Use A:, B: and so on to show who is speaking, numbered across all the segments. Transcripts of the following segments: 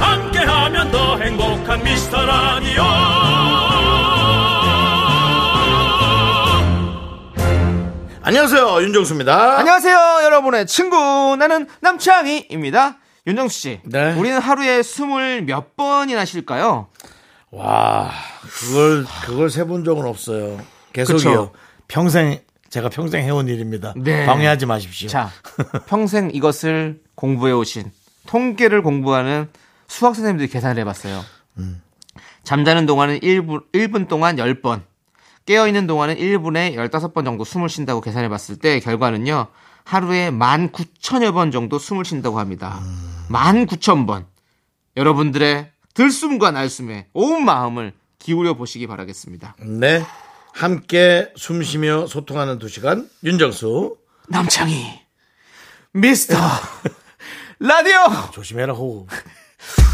A: 함께하면 더 행복한 미스터라디오
B: 안녕하세요 윤정수입니다.
C: 안녕하세요, 여러분의 친구. 나는 남창희입니다. 윤정수 씨.
B: 네.
C: 우리는 하루에 스물 몇 번이나 쉴까요?
B: 와 그걸 그걸 세본 적은 없어요. 계속이요.
C: 그쵸.
B: 평생 제가 평생 해온 일입니다.
C: 네.
B: 방해하지 마십시오.
C: 자, 평생 이것을 공부해 오신 통계를 공부하는 수학 선생님들이 계산을 해봤어요.
B: 음.
C: 잠자는 동안은 1분, 1분 동안 10번, 깨어있는 동안은 1분에 15번 정도 숨을 쉰다고 계산해 봤을 때 결과는요, 하루에 19,000여 번 정도 숨을 쉰다고 합니다.
B: 음.
C: 19,000번. 여러분들의 들숨과 날숨에 온 마음을 기울여 보시기 바라겠습니다.
B: 네. 함께 숨쉬며 소통하는 두 시간 윤정수
C: 남창희, 미스터, 라디오!
B: 조심해라 호흡.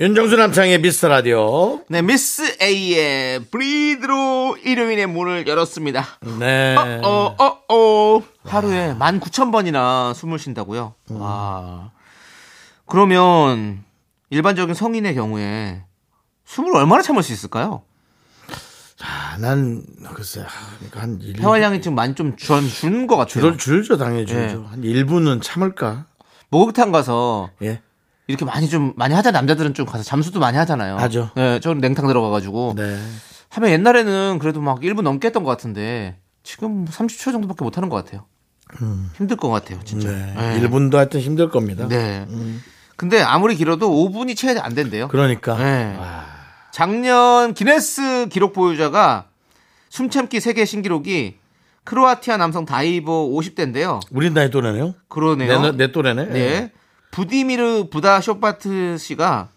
B: 윤정수 남창의 미스터 라디오.
C: 네, 미스 A의 브리드로 일요일의 문을 열었습니다.
B: 네.
C: 어, 어, 어. 하루에 19,000번이나 숨을 쉰다고요?
B: 음.
C: 와. 그러면 일반적인 성인의 경우에 숨을 얼마나 참을 수 있을까요?
B: 아, 난 글쎄 아, 그러니까 한 일.
C: 폐활량이 지금 많이 좀 준, 준것 같아요.
B: 줄을 줄죠 당연히 줄죠.
C: 예.
B: 한 1분은 참을까?
C: 목욕탕 가서
B: 예.
C: 이렇게 많이 좀, 많이 하잖아요. 남자들은 좀 가서 잠수도 많이 하잖아요.
B: 하죠.
C: 네, 저는 냉탕 들어가가지고.
B: 네.
C: 하면 옛날에는 그래도 막 1분 넘게 했던 것 같은데 지금 뭐 30초 정도밖에 못 하는 것 같아요. 힘들 것 같아요, 진짜.
B: 음. 네.
C: 네.
B: 1분도 하여튼 힘들 겁니다.
C: 네. 근데 아무리 길어도 5분이 채 안 된대요.
B: 그러니까.
C: 네. 작년 기네스 기록 보유자가 숨참기 세계 신기록이 크로아티아 남성 다이버 50대인데요.
B: 우린 나이 또래네요.
C: 그러네요. 어?
B: 내, 내 또래네.
C: 네. 부디미르 부다 쇼파트 씨가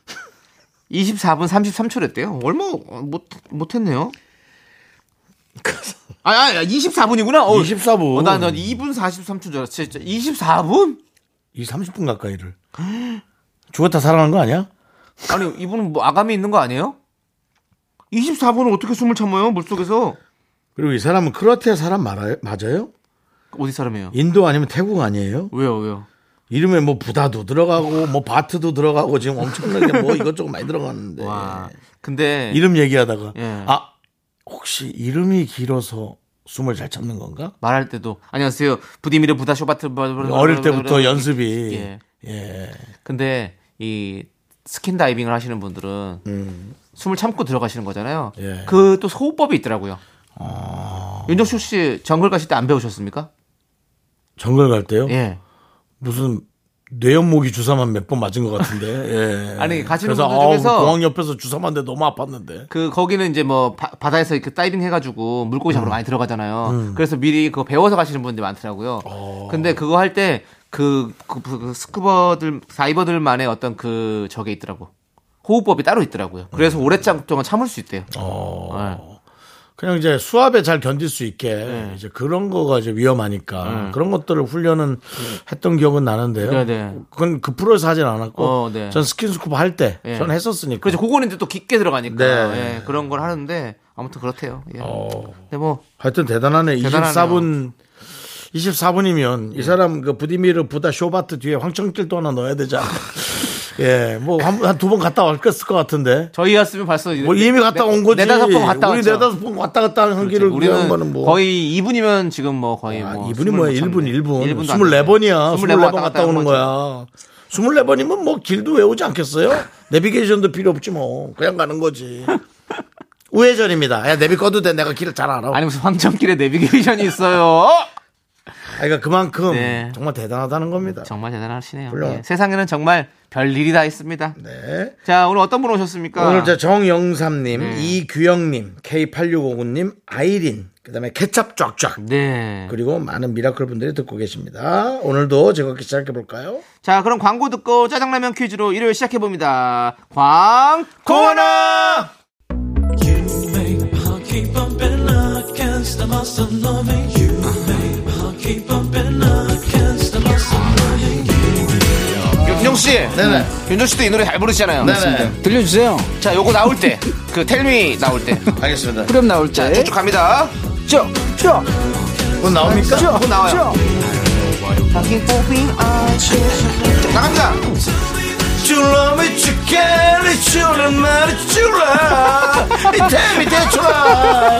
C: 24분 33초랬대요. 얼마 못 못했네요. 아, 아, 아, 24분이구나.
B: 24분.
C: 어, 나, 나 2분 43초 줄 알았지. 진짜 24분?
B: 이 30분 가까이를. 죽었다 살아난 거 아니야?
C: 아니, 이분은 뭐 아감이 있는 거 아니에요? 24분을 어떻게 숨을 참아요? 물속에서.
B: 그리고 이 사람은 크로아티아 사람 말아요? 맞아요?
C: 어디 사람이에요?
B: 인도 아니면 태국 아니에요?
C: 왜요, 왜요?
B: 이름에 뭐 부다도 들어가고 뭐 바트도 들어가고 지금 엄청나게 뭐 이것저것 많이 들어갔는데.
C: 와. 근데
B: 예. 이름 얘기하다가
C: 예.
B: 아 혹시 이름이 길어서 숨을 잘 참는 건가?
C: 말할 때도 안녕하세요. 부디미르 부다 쇼파트
B: 어릴 때부터 연습이
C: 예.
B: 예.
C: 근데 이 스킨 다이빙을 하시는 분들은 숨을 참고 들어가시는 거잖아요.
B: 음. 예. 아.
C: 그 또 호흡법이 있더라고요. 윤정수 씨 정글 가실 때 안 배우셨습니까?
B: 정글 갈 때요?
C: 예.
B: 무슨 뇌연목이 주사만 몇 번 맞은 것 같은데. 예.
C: 아니, 가시는
B: 그래서
C: 분들
B: 아우,
C: 중에서-
B: 공항 옆에서 주사 맞는데 너무 아팠는데.
C: 그 거기는 이제 뭐 바, 다에서 이렇게 다이빙 해가지고 물고기
B: 음.
C: 잡으러 많이 들어가잖아요. 그래서 미리 그거 배워서 가시는 분들이 많더라고요.
B: 어.
C: 근데 그거 할 때 그, 그, 그- 그 스쿠버들 다이버들만의 어떤 그 저게 있더라고. 호흡법이 따로 있더라고요. 그래서
B: 음.
C: 오랫동안 참을 수 있대요.
B: 어.
C: 예.
B: 그냥 이제 수압에 잘 견딜 수 있게
C: 네.
B: 이제 그런 거가 이제 위험하니까 그런 것들을 훈련은 했던 기억은 나는데요.
C: 네, 네.
B: 그건 그 프로에서 하진 않았고
C: 어, 네.
B: 전 스킨스쿠버 할 때 전
C: 예.
B: 했었으니까.
C: 그렇죠. 그거는 이제 또 깊게 들어가니까
B: 네.
C: 예, 그런 걸 하는데 아무튼 그렇대요. 예.
B: 어,
C: 근데 뭐
B: 하여튼 대단하네.
C: 대단하네요. 네.
B: 24분 24분이면 이 사람 그 부디미르 부다 쇼바트 뒤에 황청길도 하나 넣어야 되지 않나. 예, 뭐 한 두 번 갔다 왔을 것 같은데.
C: 저희였으면 벌써
B: 뭐 이미 갔다 온 거지.
C: 네 다섯 번 갔다
B: 우리
C: 왔죠.
B: 네 다섯 번 왔다 갔다 하는
C: 그렇죠.
B: 길을 우리는
C: 우리는
B: 거는 뭐
C: 거의 2분이면 지금 뭐 거의
B: 아,
C: 뭐
B: 이분이 뭐야? 1분, 1분. 24번이야. 24번 갔다, 오는 거야. 24번이면 뭐 길도 외우지 않겠어요? 내비게이션도 필요 없지 뭐. 그냥 가는 거지. 우회전입니다. 야, 내비 꺼도 돼. 내가 길을 잘 알아.
C: 어? 아니 무슨 황천길에 내비게이션이 있어요.
B: 그러니까 그만큼
C: 네.
B: 정말 대단하다는 겁니다.
C: 정말 대단하시네요.
B: 훌륭하다.
C: 예, 세상에는 정말 별 일이 다 있습니다.
B: 네.
C: 자, 오늘 어떤 분 오셨습니까?
B: 오늘 저 정영삼님, 이규영님, K8659님, 아이린, 그다음에 케찹 쫙쫙
C: 네.
B: 그리고 많은 미라클 분들이 듣고 계십니다. 오늘도 즐겁게 시작해 볼까요?
C: 자, 그럼 광고 듣고 짜장라면 퀴즈로 일요일 시작해 봅니다. 광
B: 코너
C: 윤정 씨,
B: 네네.
C: 윤정 씨도 이 노래 잘 부르시잖아요.
B: 네네.
D: 들려주세요.
C: 자, 요거 나올 때, 그 텔미 나올 때,
B: 알겠습니다.
D: 그럼 나올 때.
C: 쭉쭉 갑니다.
D: 쭉, 쭉,
B: 곧 나옵니까?
C: 곧 나와요. 나갑니다.
B: 줄라 미치겠니 네 줄라 말이 줄라 이태미 대출라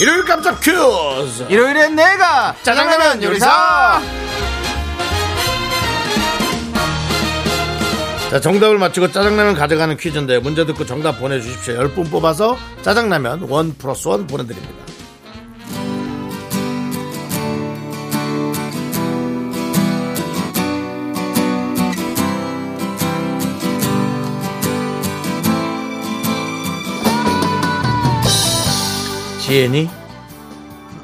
B: 일요일 깜짝 큐즈
C: 일요일엔 내가 짜장라면 요리사!
B: 자 정답을 맞추고 짜장라면 가져가는 퀴즈인데 문제 듣고 정답 보내주십시오 10분 뽑아서 짜장라면 원 플러스 원 보내드립니다 지혜니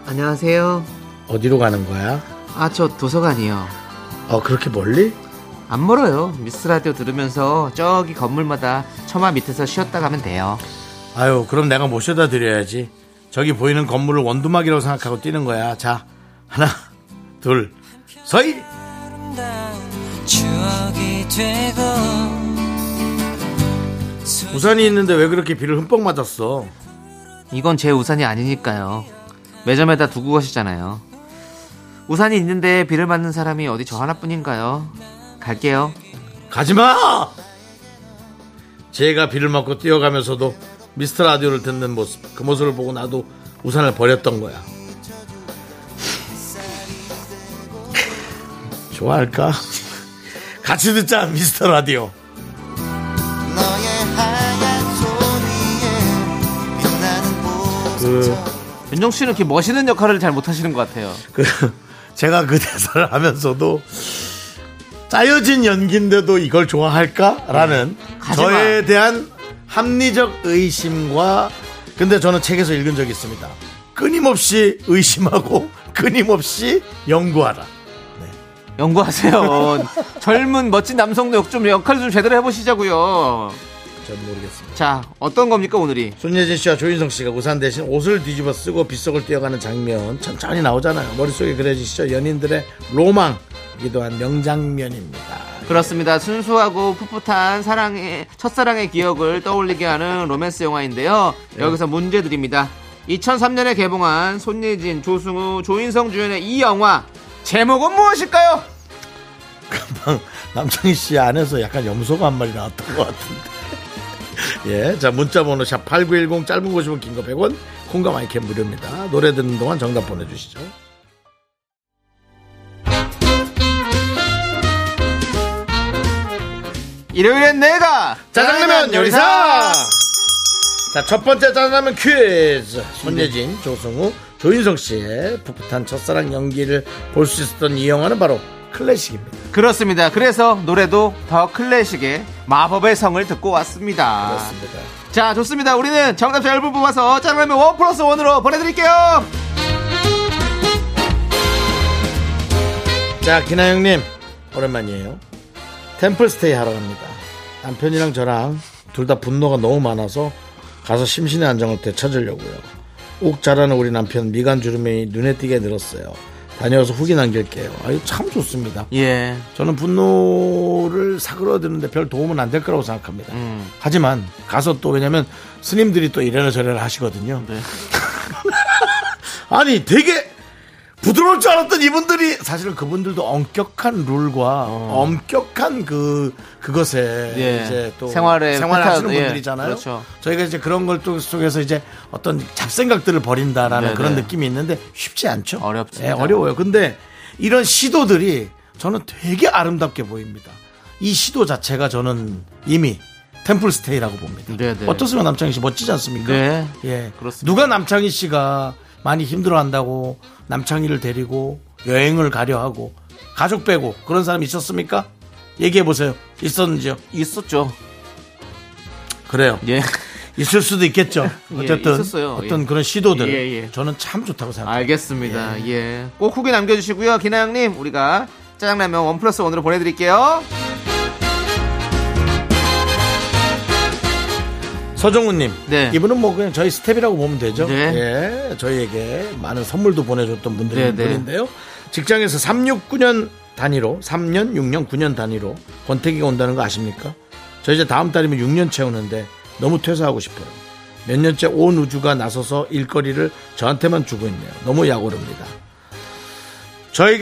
C: 안녕하세요.
B: 어디로 가는 거야?
C: 아, 저 도서관이요.
B: 어 그렇게 멀리?
C: 안 멀어요. 미스 라디오 들으면서 저기 건물마다 처마 밑에서 쉬었다 가면 돼요.
B: 아유, 그럼 내가 모셔다 드려야지. 저기 보이는 건물을 원두막이라고 생각하고 뛰는 거야. 자, 하나, 둘, 서이! 우산이 있는데 왜 그렇게 비를 흠뻑 맞았어?
C: 이건 제 우산이 아니니까요. 매점에다 두고 가시잖아요. 우산이 있는데 비를 맞는 사람이 어디 저 하나뿐인가요? 갈게요.
B: 가지마! 제가 비를 맞고 뛰어가면서도 미스터 라디오를 듣는 모습, 그 모습을 보고 나도 우산을 버렸던 거야. 좋아할까? 같이 듣자, 미스터 라디오. 그,
C: 윤정 씨는 이렇게 멋있는 역할을 잘 못하시는 것 같아요.
B: 그, 제가 그 대사를 하면서도 짜여진 연기인데도 이걸 좋아할까라는
C: 가지 마.
B: 저에 대한 합리적 의심과 근데 저는 책에서 읽은 적이 있습니다. 끊임없이 의심하고 끊임없이 연구하라.
C: 연구하세요. 젊은 멋진 남성도 역- 좀 역할 좀 제대로 해보시자고요.
B: 전 모르겠습니다.
C: 자, 어떤 겁니까 오늘이?
B: 손예진 씨와 조인성 씨가 우산 대신 옷을 뒤집어 쓰고 빗속을 뛰어가는 장면 천천히 나오잖아요. 머릿속에 그려지시죠? 연인들의 로망이기도 한 명장면입니다.
C: 그렇습니다. 순수하고 풋풋한 사랑의 첫사랑의 기억을 떠올리게 하는 로맨스 영화인데요.
B: 네.
C: 여기서 문제 드립니다. 2003년에 개봉한 손예진, 조승우, 조인성 주연의 이 영화 제목은 무엇일까요?
B: 남창희 씨 안에서 약간 염소가 한 마리 나왔던 것 같은데. 예, 자 문자 번호 샵 8910 짧은 50원 긴 거 100원 콩과 마이캠 무료입니다. 노래 듣는 동안 정답 보내주시죠.
C: 일요일엔 내가
B: 짜장라면 요리사! 자, 첫 번째 짜장라면 퀴즈. 손예진, 조승우, 조인성 씨의 풋풋한 첫사랑 연기를 볼 수 있었던 이 영화는 바로 클래식입니다.
C: 그렇습니다. 그래서 노래도 더 클래식의 마법의 성을 듣고 왔습니다.
B: 그렇습니다.
C: 자, 좋습니다. 우리는 정답자 10분 뽑아서 짜장라면 원 플러스 원으로 보내드릴게요.
B: 자, 기나영님, 오랜만이에요. 템플스테이 하러 갑니다. 남편이랑 저랑 둘 다 분노가 너무 많아서 가서 심신의 안정을 되찾으려고요. 욱 자라는 우리 남편 미간 주름이 눈에 띄게 늘었어요. 다녀와서 후기 남길게요. 아유, 참 좋습니다.
C: 예.
B: 저는 분노를 사그러드는데 별 도움은 안 될 거라고 생각합니다.
C: 음.
B: 하지만 가서 또 왜냐면 스님들이 또 이래라 저래라 하시거든요.
C: 네.
B: 아니 되게 부드러울 줄 알았던 이분들이 사실은 그분들도 엄격한 룰과 엄격한 그 그것에
C: 어. 예.
B: 이제 또
C: 생활의
B: 생활하시는
C: 패턴, 예,
B: 분들이잖아요.
C: 그렇죠.
B: 저희가 이제 그런 걸 또 속에서 이제 어떤 잡생각들을 버린다라는
C: 네,
B: 그런
C: 네.
B: 느낌이 있는데 쉽지 않죠.
C: 어렵습니다.
B: 예, 어려워요. 근데 이런 시도들이 저는 되게 아름답게 보입니다. 이 시도 자체가 저는 이미 템플 스테이라고 봅니다.
C: 네, 네.
B: 어떻습니까, 남창희 씨 멋지지 않습니까?
C: 네.
B: 예.
C: 그렇습니다.
B: 누가 남창희 씨가 많이 힘들어한다고 남창희를 데리고 여행을 가려하고 가족 빼고 그런 사람 있었습니까? 얘기해 보세요. 있었는지요?
C: 있었죠.
B: 그래요.
C: 예.
B: 있을 수도 있겠죠.
C: 예,
B: 어쨌든
C: 있었어요.
B: 어떤
C: 예.
B: 그런 시도들
C: 예, 예.
B: 저는 참 좋다고 생각합니다.
C: 알겠습니다. 예. 꼭 후기 남겨주시고요. 기나영님, 우리가 짜장라면 원 플러스 원으로 보내드릴게요.
B: 서정우님,
C: 네.
B: 이분은 뭐 그냥 저희 스텝이라고 보면 되죠.
C: 네.
B: 예, 저희에게 많은 선물도 보내줬던 분들이
C: 네, 네.
B: 분인데요. 직장에서 369년 단위로 3년, 6년, 9년 단위로 권태기가 온다는 거 아십니까? 저 이제 다음 달이면 6년 채우는데 너무 퇴사하고 싶어요. 몇 년째 온 우주가 나서서 일거리를 저한테만 주고 있네요. 너무 약오릅니다.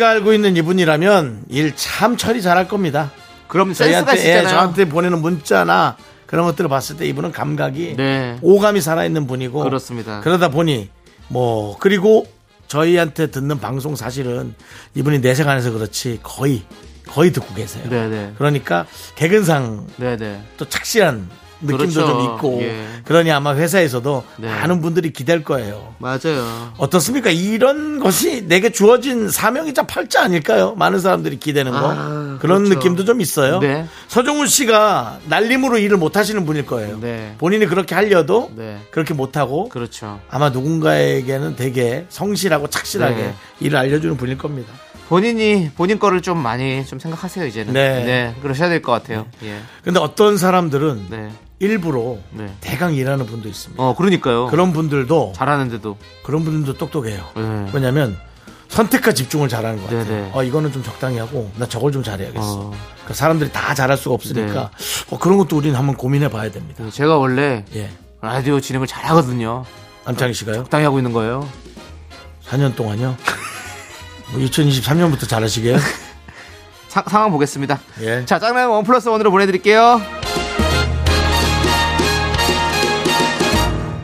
B: 저희가 알고 있는 이분이라면 일 참 처리 잘할 겁니다.
C: 그럼 센스가
B: 저희한테 예,
C: 있잖아요.
B: 저한테 보내는 문자나 그런 것들을 봤을 때 이분은 감각이
C: 네.
B: 오감이 살아있는 분이고
C: 그렇습니다.
B: 그러다 보니 뭐 그리고 저희한테 듣는 방송 사실은 이분이 내색 안에서 그렇지 거의 거의 듣고 계세요.
C: 네네.
B: 그러니까 개근상
C: 네네.
B: 또 착실한 느낌도
C: 그렇죠.
B: 좀 있고
C: 예.
B: 그러니 아마 회사에서도
C: 네.
B: 많은 분들이 기댈 거예요.
C: 맞아요.
B: 어떻습니까? 이런 것이 내게 주어진 사명이자 팔자 아닐까요? 많은 사람들이 기대는 거.
C: 아,
B: 그런
C: 그렇죠.
B: 느낌도 좀 있어요.
C: 네.
B: 서종훈 씨가 날림으로 일을 못 하시는 분일 거예요.
C: 네.
B: 본인이 그렇게 하려도
C: 네.
B: 그렇게 못 하고
C: 그렇죠.
B: 아마 누군가에게는 되게 성실하고 착실하게
C: 네.
B: 일을 알려주는 분일 겁니다.
C: 본인이, 본인 거를 좀 많이 좀 생각하세요, 이제는.
B: 네.
C: 그러셔야 될 것 같아요. 예.
B: 근데 어떤 사람들은
C: 네.
B: 일부러
C: 네.
B: 대강 일하는 분도 있습니다.
C: 어, 그러니까요.
B: 그런 분들도
C: 잘하는데도.
B: 그런 분들도 똑똑해요.
C: 네.
B: 왜냐면 선택과 집중을 잘하는 것 같아요.
C: 네네.
B: 어, 이거는 좀 적당히 하고 나 저걸 좀 잘해야겠어.
C: 어. 네.
B: 그러니까 사람들이 다 잘할 수가 없으니까 어, 그런 것도 우리는 한번 고민해 봐야 됩니다.
C: 제가 원래
B: 예.
C: 라디오 진행을 잘하거든요.
B: 남창희 씨가요?
C: 적당히 하고 있는 거예요.
B: 4년 동안요? 뭐 2023년부터 잘하시게요?
C: 사- 상황 보겠습니다.
B: 예.
C: 자, 짱라면 원 플러스 원으로 보내드릴게요.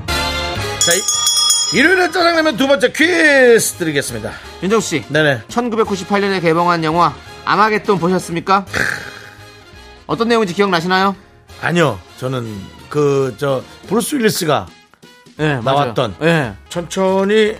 B: 자, 이- 일요일에 짜장라면 두 번째 퀴즈 드리겠습니다.
C: 윤정씨.
B: 네네.
C: 1998년에 개봉한 영화 아마겟돈 보셨습니까? 어떤 내용인지 기억나시나요?
B: 아니요. 저는 그 저 브루스 윌리스가
C: 예, 맞아요.
B: 나왔던.
C: 예.
B: 천천히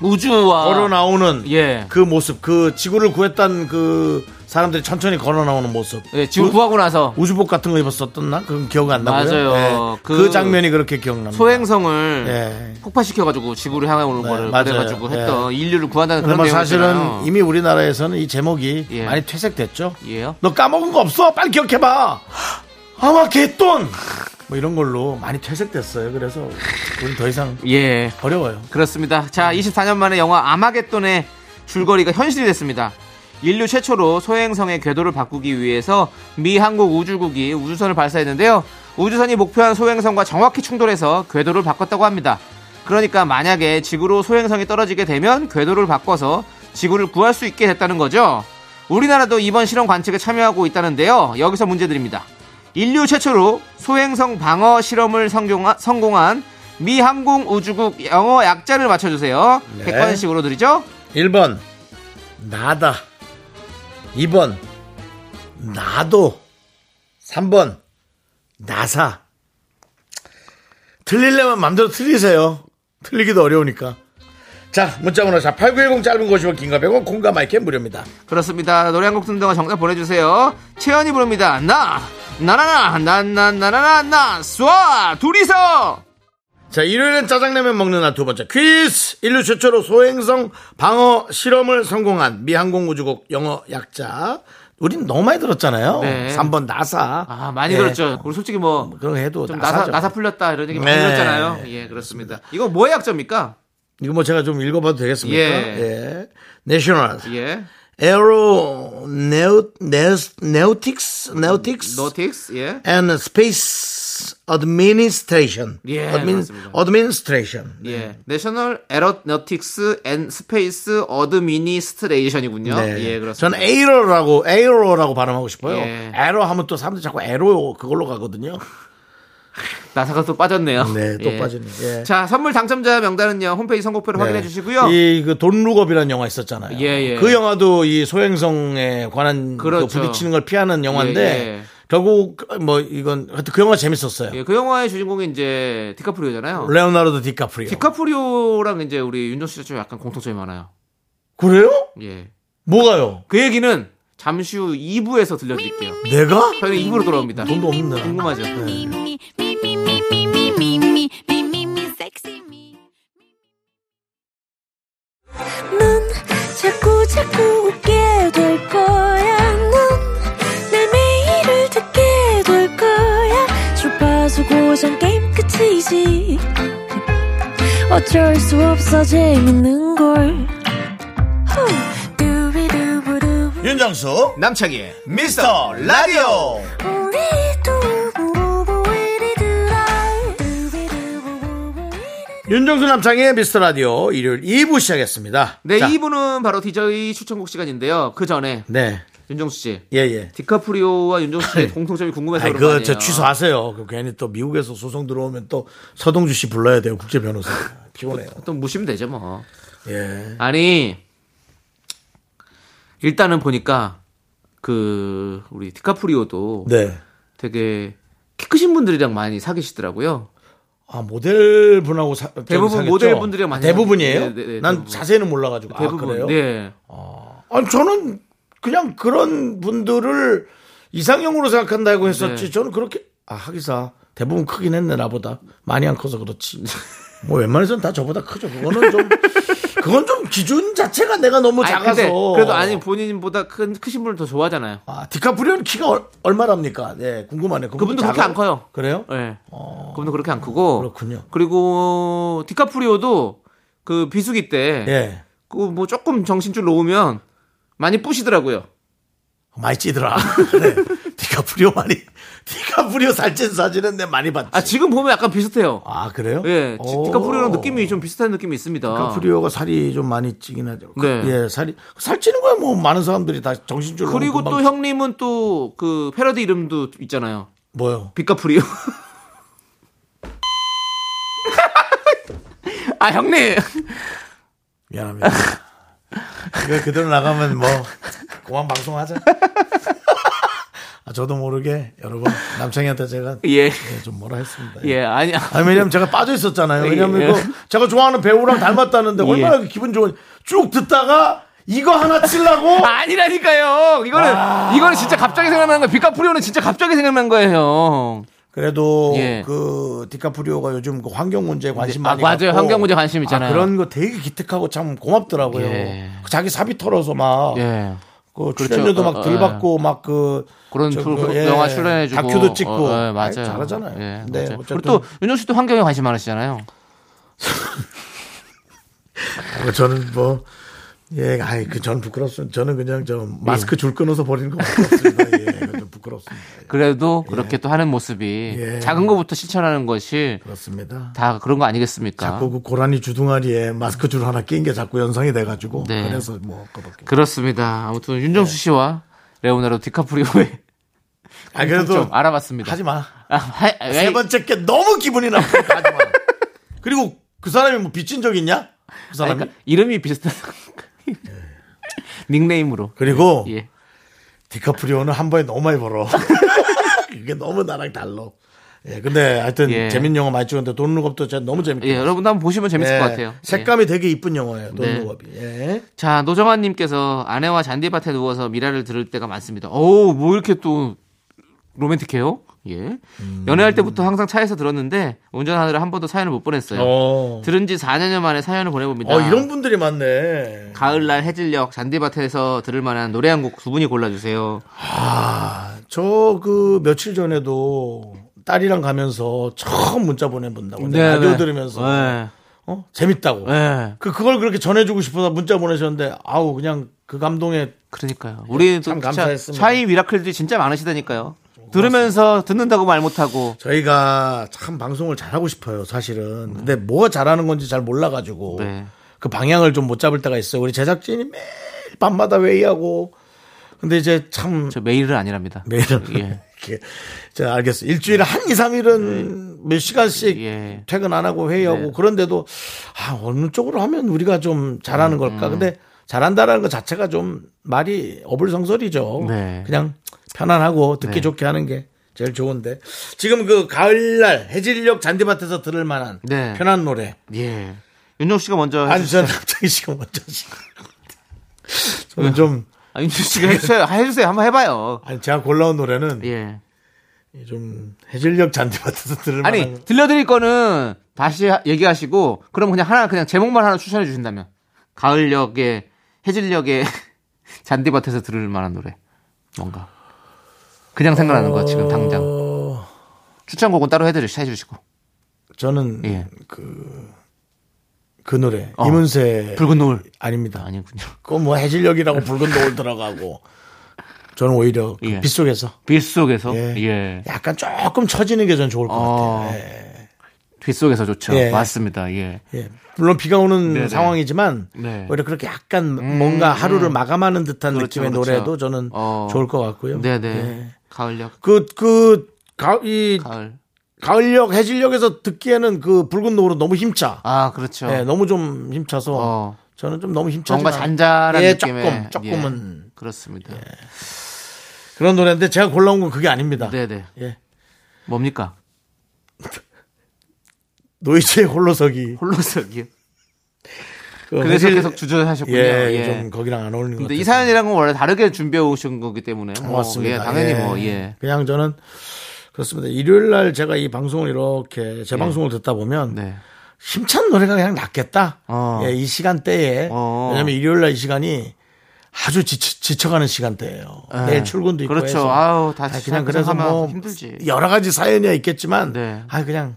C: 우주와
B: 걸어 나오는
C: 예.
B: 그 모습, 그 지구를 구했던 그 사람들이 천천히 걸어 나오는 모습.
C: 예, 지구
B: 우-
C: 구하고 나서
B: 우주복 같은 거 입었었던 나? 그건 기억이 안 나고요.
C: 맞아요.
B: 그,
C: 그
B: 장면이 그렇게 기억납니다.
C: 소행성을
B: 예.
C: 폭파시켜가지고 지구를 향해 오는
B: 네,
C: 거를
B: 맞아요.
C: 그래가지고 했던 인류를 구한다는
B: 근데
C: 그런
B: 뭐
C: 내용이잖아요.
B: 사실은 이미 우리나라에서는 이 제목이
C: 예.
B: 많이 퇴색됐죠.
C: 예요?
B: 너 까먹은 거 없어? 빨리 기억해봐. 아마 개돈. 뭐 이런 걸로 많이 퇴색됐어요. 그래서 우린 더 이상
C: 예,
B: 어려워요.
C: 그렇습니다. 자, 24년 만에 영화 아마겟돈의 줄거리가 현실이 됐습니다. 인류 최초로 소행성의 궤도를 바꾸기 위해서 미 한국 우주국이 우주선을 발사했는데요. 우주선이 목표한 소행성과 정확히 충돌해서 궤도를 바꿨다고 합니다. 그러니까 만약에 지구로 소행성이 떨어지게 되면 궤도를 바꿔서 지구를 구할 수 있게 됐다는 거죠. 우리나라도 이번 실험 관측에 참여하고 있다는데요. 여기서 문제 드립니다. 인류 최초로 소행성 방어 실험을 성공하- 성공한 미항공우주국 영어 약자를 맞춰주세요.
B: 네.
C: 객관식으로 드리죠.
B: 1번 나다. 2번 나도. 3번 나사. 틀리려면 맘대로 틀리세요. 틀리기도 어려우니까. 자, 문자번호 자, 8910 짧은 거 50원, 긴가 100원, 공감 마이크 무료입니다.
C: 그렇습니다. 노래 한 곡 듣는 동안 정답 보내주세요. 채연이 부릅니다. 나, 나나나, 나나나나나, 나, 쏴, 둘이서!
B: 자, 일요일엔 짜장라면 먹는 날 두 번째 퀴즈! 인류 최초로 소행성 방어 실험을 성공한 미항공우주국 영어 약자. 우린 너무 많이 들었잖아요.
C: 네.
B: 3번 나사.
C: 아, 많이
B: 예.
C: 들었죠. 우리 솔직히 뭐,
B: 음, 그런 거 해도
C: 좀 나사,
B: 나사죠.
C: 나사 풀렸다 이런 얘기 많이
B: 네.
C: 들었잖아요. 예, 그렇습니다. 이거 뭐의 약점입니까?
B: 이거 뭐 제가 좀 읽어봐도 되겠습니까?
C: 예.
B: 예. 내셔널
C: 예.
B: 에로 네오 네오틱스 네오틱스
C: 노틱스 예.
B: and Space Administration.
C: 예, 맞습니다.
B: Administration.
C: 예. 내셔널 에러너틱스 앤 스페이스 어드미니스트레이션이군요.
B: 네.
C: 예, 그렇습니다.
B: 전 에이러라고 에이러라고 발음하고 싶어요.
C: 예.
B: 에러 하면 또 사람들이 자꾸 에러 그걸로 가거든요.
C: 나사가 또 빠졌네요.
B: 네, 또 빠지네. 예. 네.
C: 자, 선물 당첨자 명단은요. 홈페이지 선곡표를 확인해 주시고요.
B: 이그돈 룩업이라는 영화 있었잖아요.
C: 예, 예.
B: 그 영화도 이 소행성에 관한 그
C: 그렇죠.
B: 부딪히는 걸 피하는 영화인데
C: 예, 예.
B: 결국 뭐 이건 하여튼 그 영화 재밌었어요.
C: 예, 그 영화의 주인공이 이제 디카프리오잖아요.
B: 네. 레오나르도 디카프리오.
C: 디카프리오랑 이제 우리 윤정 씨가 좀 약간 공통점이 많아요.
B: 그래요?
C: 예.
B: 뭐가요?
C: 그 얘기는 잠시 후 2부에서 들려드릴게요.
B: 내가?
C: 저희는 2부로 돌아옵니다.
B: 돈도 없네.
C: 궁금하죠?
D: Me, me, me, me, me, me, me, me, me, me, me, me, sexy me.
E: 넌 자꾸 자꾸 웃게 될 거야. 넌내 매일을 듣게 될 거야. 주파수 고정 게임 끝이지. 어쩔 수 없어 재밌는 걸. 후. 두비두부두.
B: 윤정수
C: 남창희의
B: 미스터 라디오.
E: 우리 두부부부 우리 두라. 두비두부부부 우리
B: 윤정수 남창의 미스터 라디오 일요일 2부 시작했습니다.
C: 네,
B: 자,
C: 2부는 바로 DJ 추천곡 시간인데요. 그 전에
B: 네.
C: 윤정수 씨.
B: 예, 예.
C: 디카프리오와 윤정수 씨의 공통점이 궁금해서
B: 아이,
C: 그런 거
B: 그,
C: 아니에요?
B: 저 취소하세요. 그 괜히 또 미국에서 소송 들어오면 또 서동주 씨 불러야 돼요. 국제 변호사. 피곤해요.
C: 또 무시면 되죠, 뭐.
B: 예.
C: 아니 일단은 보니까 그 우리 디카프리오도
B: 네.
C: 되게 키 크신 분들이랑 많이 사귀시더라고요.
B: 아, 모델 분하고 사, 좀
C: 대부분
B: 사귀었죠? 아,
C: 모델분들이랑 많이
B: 대부분이에요?
C: 네, 네, 네,
B: 난
C: 대부분.
B: 자세히는 몰라가지고. 아,
C: 대부분.
B: 그래요?
C: 네.
B: 아니, 저는 그냥 그런 분들을 이상형으로 생각한다고 했었지.
C: 네.
B: 저는 그렇게, 아, 하기사. 대부분 크긴 했네, 나보다. 많이 안 커서 그렇지. 뭐, 웬만해서는 다 저보다 크죠. 그거는 좀, 그건 좀 기준 자체가 내가 너무
C: 아니,
B: 어, 작아서.
C: 근데 그래도 아니 본인보다 큰 크신 분을 더 좋아하잖아요.
B: 아, 디카프리오는 키가 얼, 얼마랍니까? 네, 궁금하네. 그분도
C: 그분도 그렇게
B: 작아요?
C: 안 커요.
B: 그래요? 어,
C: 예. 그분도 그렇게 안 크고
B: 그렇군요.
C: 그리고 디카프리오도 그 비수기 때
B: 예.
C: 그 뭐 조금 정신줄 놓으면 많이 뿌시더라고요.
B: 많이 찌더라. 네. 디카프리오 많이, 디카프리오 살찐 사진은 내 많이 봤지.
C: 아 지금 보면 약간 비슷해요.
B: 아, 그래요?
C: 예,
B: 오.
C: 디카프리오랑 느낌이 좀 비슷한 느낌이 있습니다.
B: 디카프리오가 살이 좀 많이 찌긴 하죠. 그-
C: 네.
B: 예, 살이 살찌는 거야 뭐 많은 사람들이 다 정신줄로.
C: 그리고 또
B: 금방-
C: 형님은 또 그 패러디 이름도 있잖아요.
B: 뭐요?
C: 비카프리오. 아 형님.
B: 미안합니다. 이거 그대로 나가면 뭐 공항 방송하자. 아, 저도 모르게 여러분 남창희한테 제가
C: 예.
B: 예, 좀 뭐라 했습니다.
C: 예, 아니.
B: 아니 왜냐면 제가 빠져 있었잖아요. 왜냐면
C: 예.
B: 이거 제가 좋아하는 배우랑 닮았다는데
C: 예.
B: 얼마나 기분 좋은 쭉 듣다가 이거 하나 치려고
C: 아니라니까요. 이거는 이거는 진짜 갑자기 생각난 거예요. 비카프리오는 진짜 갑자기 생각난 거예요, 형.
B: 그래도
C: 예.
B: 그 디카프리오가 요즘 그 환경 문제에 관심
C: 네. 아,
B: 많이
C: 맞아요.
B: 갖고
C: 환경 문제 관심 있잖아요.
B: 아, 그런 거 되게 기특하고 참 고맙더라고요.
C: 예.
B: 그 자기 사비 털어서 막
C: 예.
B: 그
C: 그렇죠.
B: 출연료도
C: 어,
B: 막
C: 어,
B: 덜
C: 예.
B: 받고 막 그
C: 그런
B: 저,
C: 그,
B: 그,
C: 그
B: 예,
C: 영화 출연해주고
B: 다큐도 찍고
C: 어, 어, 예, 맞아요.
B: 아이, 잘하잖아요.
C: 예,
B: 네,
C: 맞아요.
B: 어쨌든.
C: 그리고 또 윤정 씨도 환경에 관심 많으시잖아요.
B: 어, 저는 뭐 예, 아이 그 저는 부끄럽습니다. 저는 그냥 저
C: 예.
B: 마스크 줄 끊어서 버리는 거 부끄럽습니다. 예, 그건 좀 부끄럽습니다. 예,
C: 그래도 그렇게 또 하는 모습이
B: 예. 그렇죠.
C: 작은 것부터 실천하는 것이
B: 그렇습니다.
C: 다 그런 거 아니겠습니까?
B: 자꾸 그 고라니 주둥아리에 마스크 줄 하나 낀 게 자꾸 연상이 돼가지고
C: 네.
B: 그래서 뭐 그거밖에.
C: 그렇습니다. 아무튼
B: 네.
C: 윤정수 씨와 레오나르도 디카프리오의
B: 아 그래도
C: 좀 알아봤습니다.
B: 하지 마.
C: 아, 하- 아,
B: 세 번째 게 너무 기분이 나쁘니까 하지 마. 그리고 그 사람이 뭐 빚진 적 있냐? 그
C: 아니,
B: 사람이.
C: 그러니까 이름이 비슷한 닉네임으로.
B: 그리고
C: 예.
B: 디카프리오는 한 번에 너무 많이 벌어. 그게 너무 나랑 달라. 예, 근데 하여튼
C: 예.
B: 재밌는 영화 많이 찍었는데 돈룩업도 진짜 너무 재밌게.
C: 예, 여러분도 한번 보시면 재밌을
B: 예,
C: 것 같아요.
B: 색감이 되게 이쁜 영화예요. 돈
C: 네.
B: 룩업이 예.
C: 예. 자, 노정환 님께서 아내와 잔디밭에 누워서 미라를 들을 때가 많습니다. 어우, 뭐 이렇게 또 로맨틱해요? 예.
B: 음.
C: 연애할 때부터 항상 차에서 들었는데 운전하느라 한 번도 사연을 못 보냈어요.
B: 어.
C: 들은 지 4년여 만에 사연을 보내봅니다.
B: 어, 이런 분들이 많네.
C: 가을날 해질녘 잔디밭에서 들을 만한 노래 한 곡 두 분이 골라주세요.
B: 저 그 며칠 전에도 딸이랑 가면서 처음 문자 보내본다고.
C: 네,
B: 라디오
C: 네.
B: 들으면서.
C: 네.
B: 어? 재밌다고.
C: 예.
B: 그 그걸 그렇게 전해주고 싶어서 문자 보내셨는데 아우 그냥 그 감동에
C: 그러니까요. 우리
B: 참
C: 참
B: 감사했습니다.
C: 샤이 미라클들이 진짜 많으시다니까요. 들으면서 듣는다고 말 못하고
B: 저희가 참 방송을 잘하고 싶어요, 사실은. 근데 뭐가 잘하는 건지 잘 몰라가지고
C: 네.
B: 그 방향을 좀 못 잡을 때가 있어요. 우리 제작진이 매일 밤마다 회의하고. 근데 이제 참
C: 저 메일은 아니랍니다.
B: 매일은
C: 예.
B: 네, 이렇게 자 알겠어. 일주일에 한 2, 3일은 몇 시간씩
C: 네. 예.
B: 퇴근 안 하고 회의하고
C: 네.
B: 그런데도 아, 어느 쪽으로 하면 우리가 좀
C: 음,
B: 잘하는 걸까? 근데 잘한다라는 것 자체가 좀 말이 어불성설이죠.
C: 네.
B: 그냥 편안하고 듣기
C: 네.
B: 좋게 하는 게 제일 좋은데 지금 그 가을날 해질녘 잔디밭에서 들을 만한
C: 네.
B: 편한 노래.
C: 예. 윤종 씨가 먼저
B: 아니
C: 해주세요.
B: 저는 갑자기 지금 먼저 저는 좀
C: 아, 윤종 씨가 해주세요. 해주세요. 한번 해봐요.
B: 아니 제가 골라온 노래는
C: 예.
B: 좀 해질녘 잔디밭에서 들을 만한
C: 아니 들려드릴 거는 다시 하- 얘기하시고 그럼 그냥 하나 그냥 제목만 하나 추천해 주신다면 가을녘에 해질녘에 잔디밭에서 들을 만한 노래 뭔가 그냥 생각나는 거 지금 당장
B: 어,
C: 추천곡은 따로 해드리 해주시고
B: 저는
C: 예.
B: 그 노래
C: 어.
B: 이문세
C: 붉은 노을
B: 아닙니다.
C: 아니군요
B: 그거 뭐 해질녘이라고 붉은 노을 들어가고 저는 오히려 그
C: 예.
B: 빗속에서
C: 빗속에서
B: 예.
C: 예,
B: 약간 조금 처지는 게 전 좋을 것
C: 어.
B: 같아요. 예.
C: 빗속에서 좋죠
B: 예.
C: 맞습니다 예
B: 예. 물론 비가 오는
C: 네네.
B: 상황이지만
C: 네. 음,
B: 오히려 그렇게 약간 뭔가 하루를 마감하는 듯한
C: 그렇죠,
B: 느낌의
C: 그렇죠.
B: 노래도 저는
C: 어.
B: 좋을 것 같고요.
C: 네네
B: 예.
C: 가을녘
B: 그, 그, 가, 이,
C: 가을
B: 가을역, 해질녘에서 듣기에는 그 붉은 노을은 너무 힘차.
C: 아 그렇죠
B: 예, 너무 좀 힘차서
C: 어.
B: 저는 좀 너무 힘차지만
C: 뭔가 잔잔한
B: 예, 조금
C: 느낌의
B: 조금은
C: 예, 그렇습니다
B: 그런 노래인데 제가 골라온 건 그게 아닙니다.
C: 네네
B: 예.
C: 뭡니까
B: 노이즈의 홀로서기.
C: 홀로서기요
B: 그
C: 그래서
B: 해질-
C: 계속 주저하셨군요.
B: 예,
C: 예.
B: 좀 거기랑 안 어울리는 것
C: 근데
B: 같아요.
C: 이 사연이랑은 원래 다르게 준비해 오신 거기 때문에 뭐,
B: 맞습니다.
C: 예, 당연히 뭐 예.
B: 그냥 저는 그렇습니다. 일요일 날 제가 이 방송을 이렇게 재방송을 듣다 보면
C: 예. 네.
B: 힘찬 노래가 그냥 낫겠다.
C: 어.
B: 예, 이 시간대에
C: 어.
B: 왜냐면 일요일 날 이 시간이 아주 지쳐, 가는 시간대예요.
C: 예.
B: 내일 출근도 있고
C: 그렇죠.
B: 해서.
C: 아우, 다시
B: 아니, 그냥 그래서
C: 생각하면
B: 뭐
C: 힘들지.
B: 여러 가지 사연이 있겠지만
C: 네.
B: 아 그냥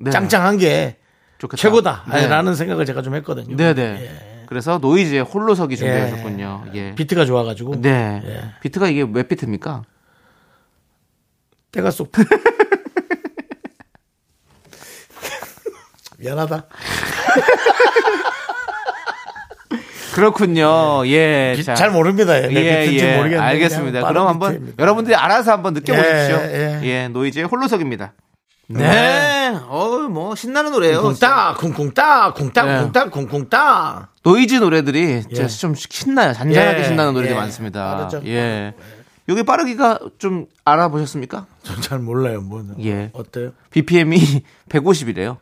C: 네.
B: 짱짱한 게
C: 좋겠다. 네.
B: 최고다라는 아, 생각을 제가 좀 했거든요.
C: 네, 네. 그래서 노이즈의 홀로서기
B: 예.
C: 준비하셨군요. 예.
B: 비트가 좋아가지고
C: 네.
B: 예.
C: 비트가 이게 몇 비트입니까?
B: 때가 쏙 미안하다.
C: 그렇군요. 예.
B: 비-
C: 자.
B: 잘 모릅니다. 예, 예, 비트인지 모르겠는데
C: 알겠습니다.
B: 그냥
C: 그럼
B: 빠른
C: 한번
B: 비트입니다.
C: 여러분들이 알아서 한번 느껴보십시오.
B: 예,
C: 예,
B: 예.
C: 노이즈의 홀로석입니다. 네. 어우, 뭐 신나는 노래예요.
B: 쿵쿵따 쿵쿵따 쿵따
C: 네.
B: 쿵따 쿵쿵따
C: 노이즈 노래들이
B: 예.
C: 진짜 좀 신나요. 잔잔하게
B: 예,
C: 신나는 노래들이
B: 예.
C: 많습니다.
B: 빠르죠.
C: 예. 여기 빠르기가 좀 알아보셨습니까?
B: 전 잘 몰라요. 뭐
C: 예.
B: 어때요?
C: BPM이 150이래요.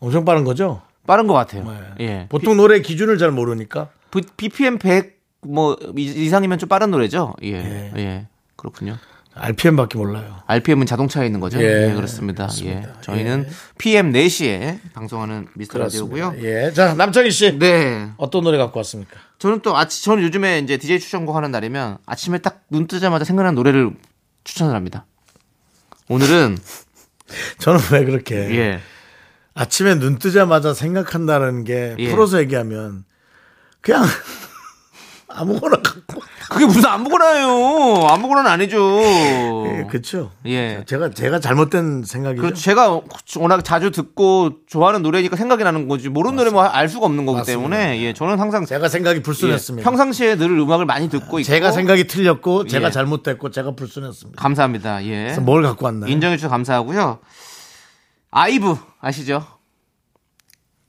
B: 엄청 빠른 거죠?
C: 빠른 것 같아요.
B: 예.
C: 예.
B: 보통 노래 기준을 잘 모르니까
C: 비- BPM 100 뭐 이상이면 좀 빠른 노래죠. 예.
B: 예.
C: 예. 그렇군요.
B: RPM밖에 몰라요.
C: RPM은 자동차에 있는 거죠.
B: 예,
C: 예, 그렇습니다.
B: 그렇습니다.
C: 예. 저희는 PM 4시에 방송하는 미스터 라디오고요.
B: 예. 자 남창희 씨
C: 네.
B: 어떤 노래 갖고 왔습니까?
C: 저는 또 아침 저는 요즘에 이제 DJ 추천곡 하는 날이면 아침에 딱 눈 뜨자마자 생각난 노래를 추천을 합니다. 오늘은
B: 저는 왜 그렇게
C: 예.
B: 아침에 눈 뜨자마자 생각한다는 게
C: 예.
B: 풀어서 얘기하면 그냥 아무거나 갖고
C: 그게 무슨 아무거나요. 아무거나는 아니죠.
B: 예, 그렇죠.
C: 어. 예.
B: 제가 제가 잘못된 생각이죠.
C: 그렇죠. 제가 워낙 자주 듣고 좋아하는 노래니까 생각이 나는 거지 모르는 노래 뭐 알 수가 없는 거기 때문에 예, 저는 항상
B: 제가 생각이
C: 예,
B: 불순했습니다.
C: 평상시에 늘 음악을 많이 듣고 있고
B: 제가 생각이 틀렸고 제가
C: 예.
B: 잘못됐고 제가 불순했습니다.
C: 감사합니다. 예.
B: 그래서 뭘 갖고 왔나요?
C: 인정해 주셔서 감사하고요. 아이브 아시죠?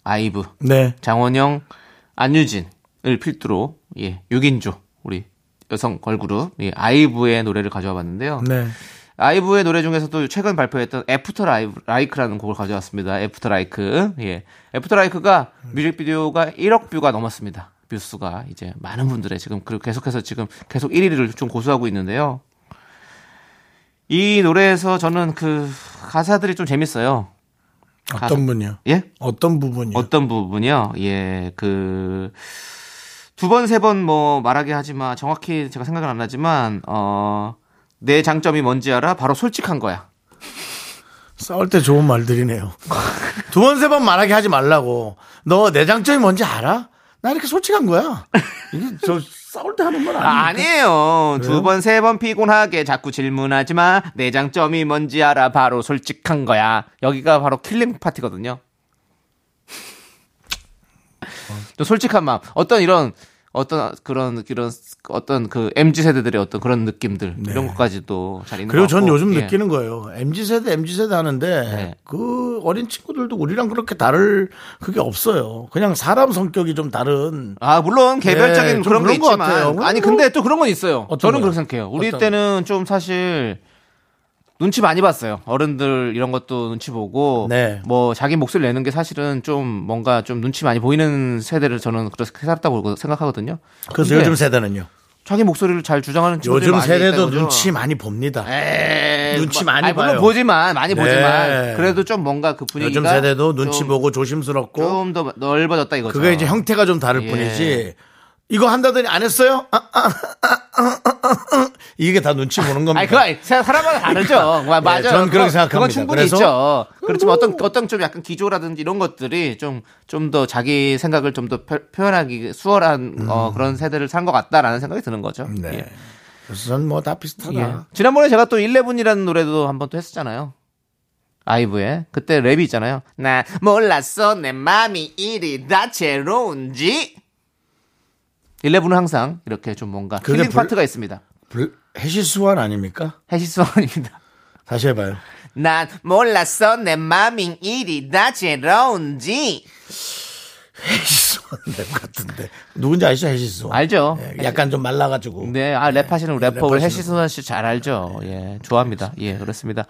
C: 아이브
B: 네.
C: 장원영, 안유진을 필두로 예, 6인조 우리 여성 걸그룹 예, 아이브의 노래를 가져와 봤는데요.
B: 네.
C: 아이브의 노래 중에서도 최근 발표했던 애프터 라이브, 라이크라는 곡을 가져왔습니다. 애프터 라이크. 예. 애프터 라이크가 뮤직비디오가 1억 뷰가 넘었습니다. 뷰수가 이제 많은 분들의 지금 그리고 계속해서 지금 계속 1위를 좀 고수하고 있는데요. 이 노래에서 저는 그 가사들이 좀 재밌어요. 가사-
B: 어떤 분이요?
C: 예?
B: 어떤 부분이요?
C: 어떤 부분이요? 예, 그, 두 번, 세 번 뭐 말하게 하지만 정확히 제가 생각은 안 나지만, 어, 내 장점이 뭔지 알아? 바로 솔직한 거야.
B: 싸울 때 좋은 말들이네요. 두 번, 세 번 말하게 하지 말라고. 너 내 장점이 뭔지 알아? 나 이렇게 솔직한 거야. 이게 저 싸울 때 하는 건 아니야.
C: 아니에요. 두 번, 세 번 피곤하게 자꾸 질문하지 마. 내 장점이 뭔지 알아. 바로 솔직한 거야. 여기가 바로 킬링 파티거든요. 좀 솔직한 마음. 어떤 이런, 어떤 그런, 이런, 어떤 그 MG 세대들의 어떤 그런 느낌들. 이런 것까지도 잘 있는
B: 네. 그리고
C: 것 같고.
B: 전 요즘
C: 예.
B: 느끼는 거예요. MZ 세대, MZ 세대 하는데
C: 네.
B: 그 어린 친구들도 우리랑 그렇게 다를 그게 없어요. 그냥 사람 성격이 좀 다른
C: 아 물론 개별적인
B: 예, 좀
C: 그런 게
B: 그런 것
C: 있지만
B: 같아요.
C: 아니 근데 또 그런 건 있어요.
B: 어떤
C: 저는
B: 거요?
C: 그렇게 생각해요. 우리
B: 어떤
C: 때는 좀 사실 눈치 많이 봤어요. 어른들 이런 것도 눈치 보고
B: 네.
C: 뭐 자기 목소리 내는 게 사실은 좀 뭔가 좀 눈치 많이 보이는 세대를 저는 그렇게 살았다고 생각하거든요.
B: 그래서
C: 근데
B: 요즘 세대는요.
C: 자기 목소리를 잘 주장하는 친구들이
B: 요즘
C: 많이
B: 세대도
C: 있다는 거죠. 아,
B: 눈치 많이 봅니다.
C: 에이,
B: 눈치
C: 마-
B: 많이
C: 아니, 물론
B: 봐요.
C: 보지만 많이
B: 네.
C: 보지만 그래도 좀 뭔가 그 분위기가
B: 요즘 세대도 눈치
C: 좀-
B: 보고 조심스럽고
C: 좀더 넓어졌다 이거죠.
B: 그게 이제 형태가 좀 다를
C: 예.
B: 뿐이지. 이거 한다더니 안 했어요? 아, 아, 아, 아, 아, 아. 이게 다 눈치 보는 겁니다.
C: 아니 그거 아니, 사- 사람마다 다르죠. 와, 맞아요.
B: 전 그렇게
C: 네, 그건-
B: 생각합니다.
C: 그건 충분히
B: 그래서-
C: 있죠. 음. 그렇지만 어떤 어떤 좀 약간 기조라든지 이런 것들이 좀 좀 더 자기 생각을 좀 더 표현하기 수월한 어, 그런 세대를 산 것 같다라는 생각이 드는 거죠.
B: 네.
C: 예.
B: 그래서 뭐다 비슷하다.
C: 예. 지난번에 제가 또 11이라는 노래도 한 번 또 했었잖아요. 아이브의 그때 랩이 있잖아요. 나 몰랐어 내 마음이 이리 다채로운지. 11은 항상 이렇게 좀 뭔가
B: 그게
C: 힐링
B: 불-
C: 파트가 있습니다.
B: 불- 해시수환 아닙니까?
C: 해시수원입니다.
B: 다시 해봐요.
C: 난 몰랐어 내 맘인 일이 다채로운지
B: 해시수환 랩 같은데. 누군지 아시죠? 해시수환.
C: 네, 알죠?
B: 예, 약간 좀 말라가지고. 예,
C: 네, 아 랩하시는 래퍼
B: 랩하시는
C: 우리 해시소나 씨 잘 알죠? 예, 좋아합니다. 예, 그렇습니다.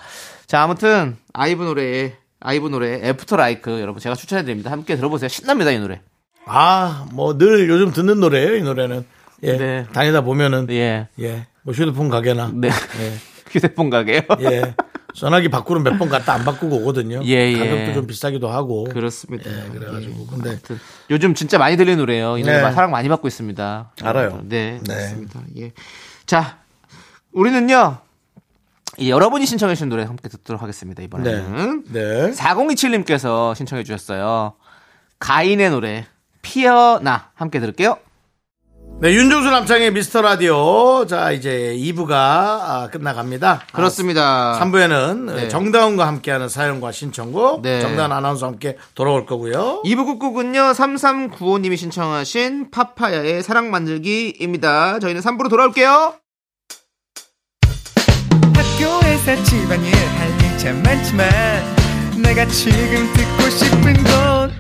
C: 자, 아무튼 아이브 노래, 아이브 노래 애프터 라이크 여러분 제가 추천해드립니다. 함께 들어보세요. 신납니다 이 노래.
B: 아, 뭐 늘 요즘 듣는 노래예요, 이 노래는. 예.
C: 네.
B: 다니다 보면은
C: 예,
B: 예. 뭐 휴대폰 가게나
C: 네, 휴대폰 가게요.
B: 예. 전화기 바꾸는 몇 번 갔다 안 바꾸고 오거든요.
C: 예, 예.
B: 가격도 좀 비싸기도 하고. 예,
C: 네, 그렇습니다.
B: 그래가지고 근데
C: 아무튼 요즘 진짜 많이 들리는 노래예요. 이 노래
B: 네.
C: 마- 사랑 많이 받고 있습니다.
B: 알아요.
C: 네,
B: 네.
C: 맞습니다. 예. 자, 우리는요. 이 여러분이 신청해 주신 노래 함께 듣도록 하겠습니다. 이번에는
B: 네.
C: 4027님께서 신청해 주셨어요. 가인의 노래 피어나 함께 들을게요.
B: 네, 윤종수 남창의 미스터 라디오. 자, 이제 2부가 끝나갑니다. 아,
C: 그렇습니다.
B: 3부에는
C: 네.
B: 정다운과 함께하는 사연과 신청곡,
C: 네.
B: 정다운 아나운서와 함께 돌아올 거고요.
C: 2부 꾹꾹은요 3395님이 신청하신 파파야의 사랑 만들기입니다. 저희는 3부로 돌아올게요.
F: 학교에서 집안일 할 일 참 많지만 내가 지금 듣고 싶은 건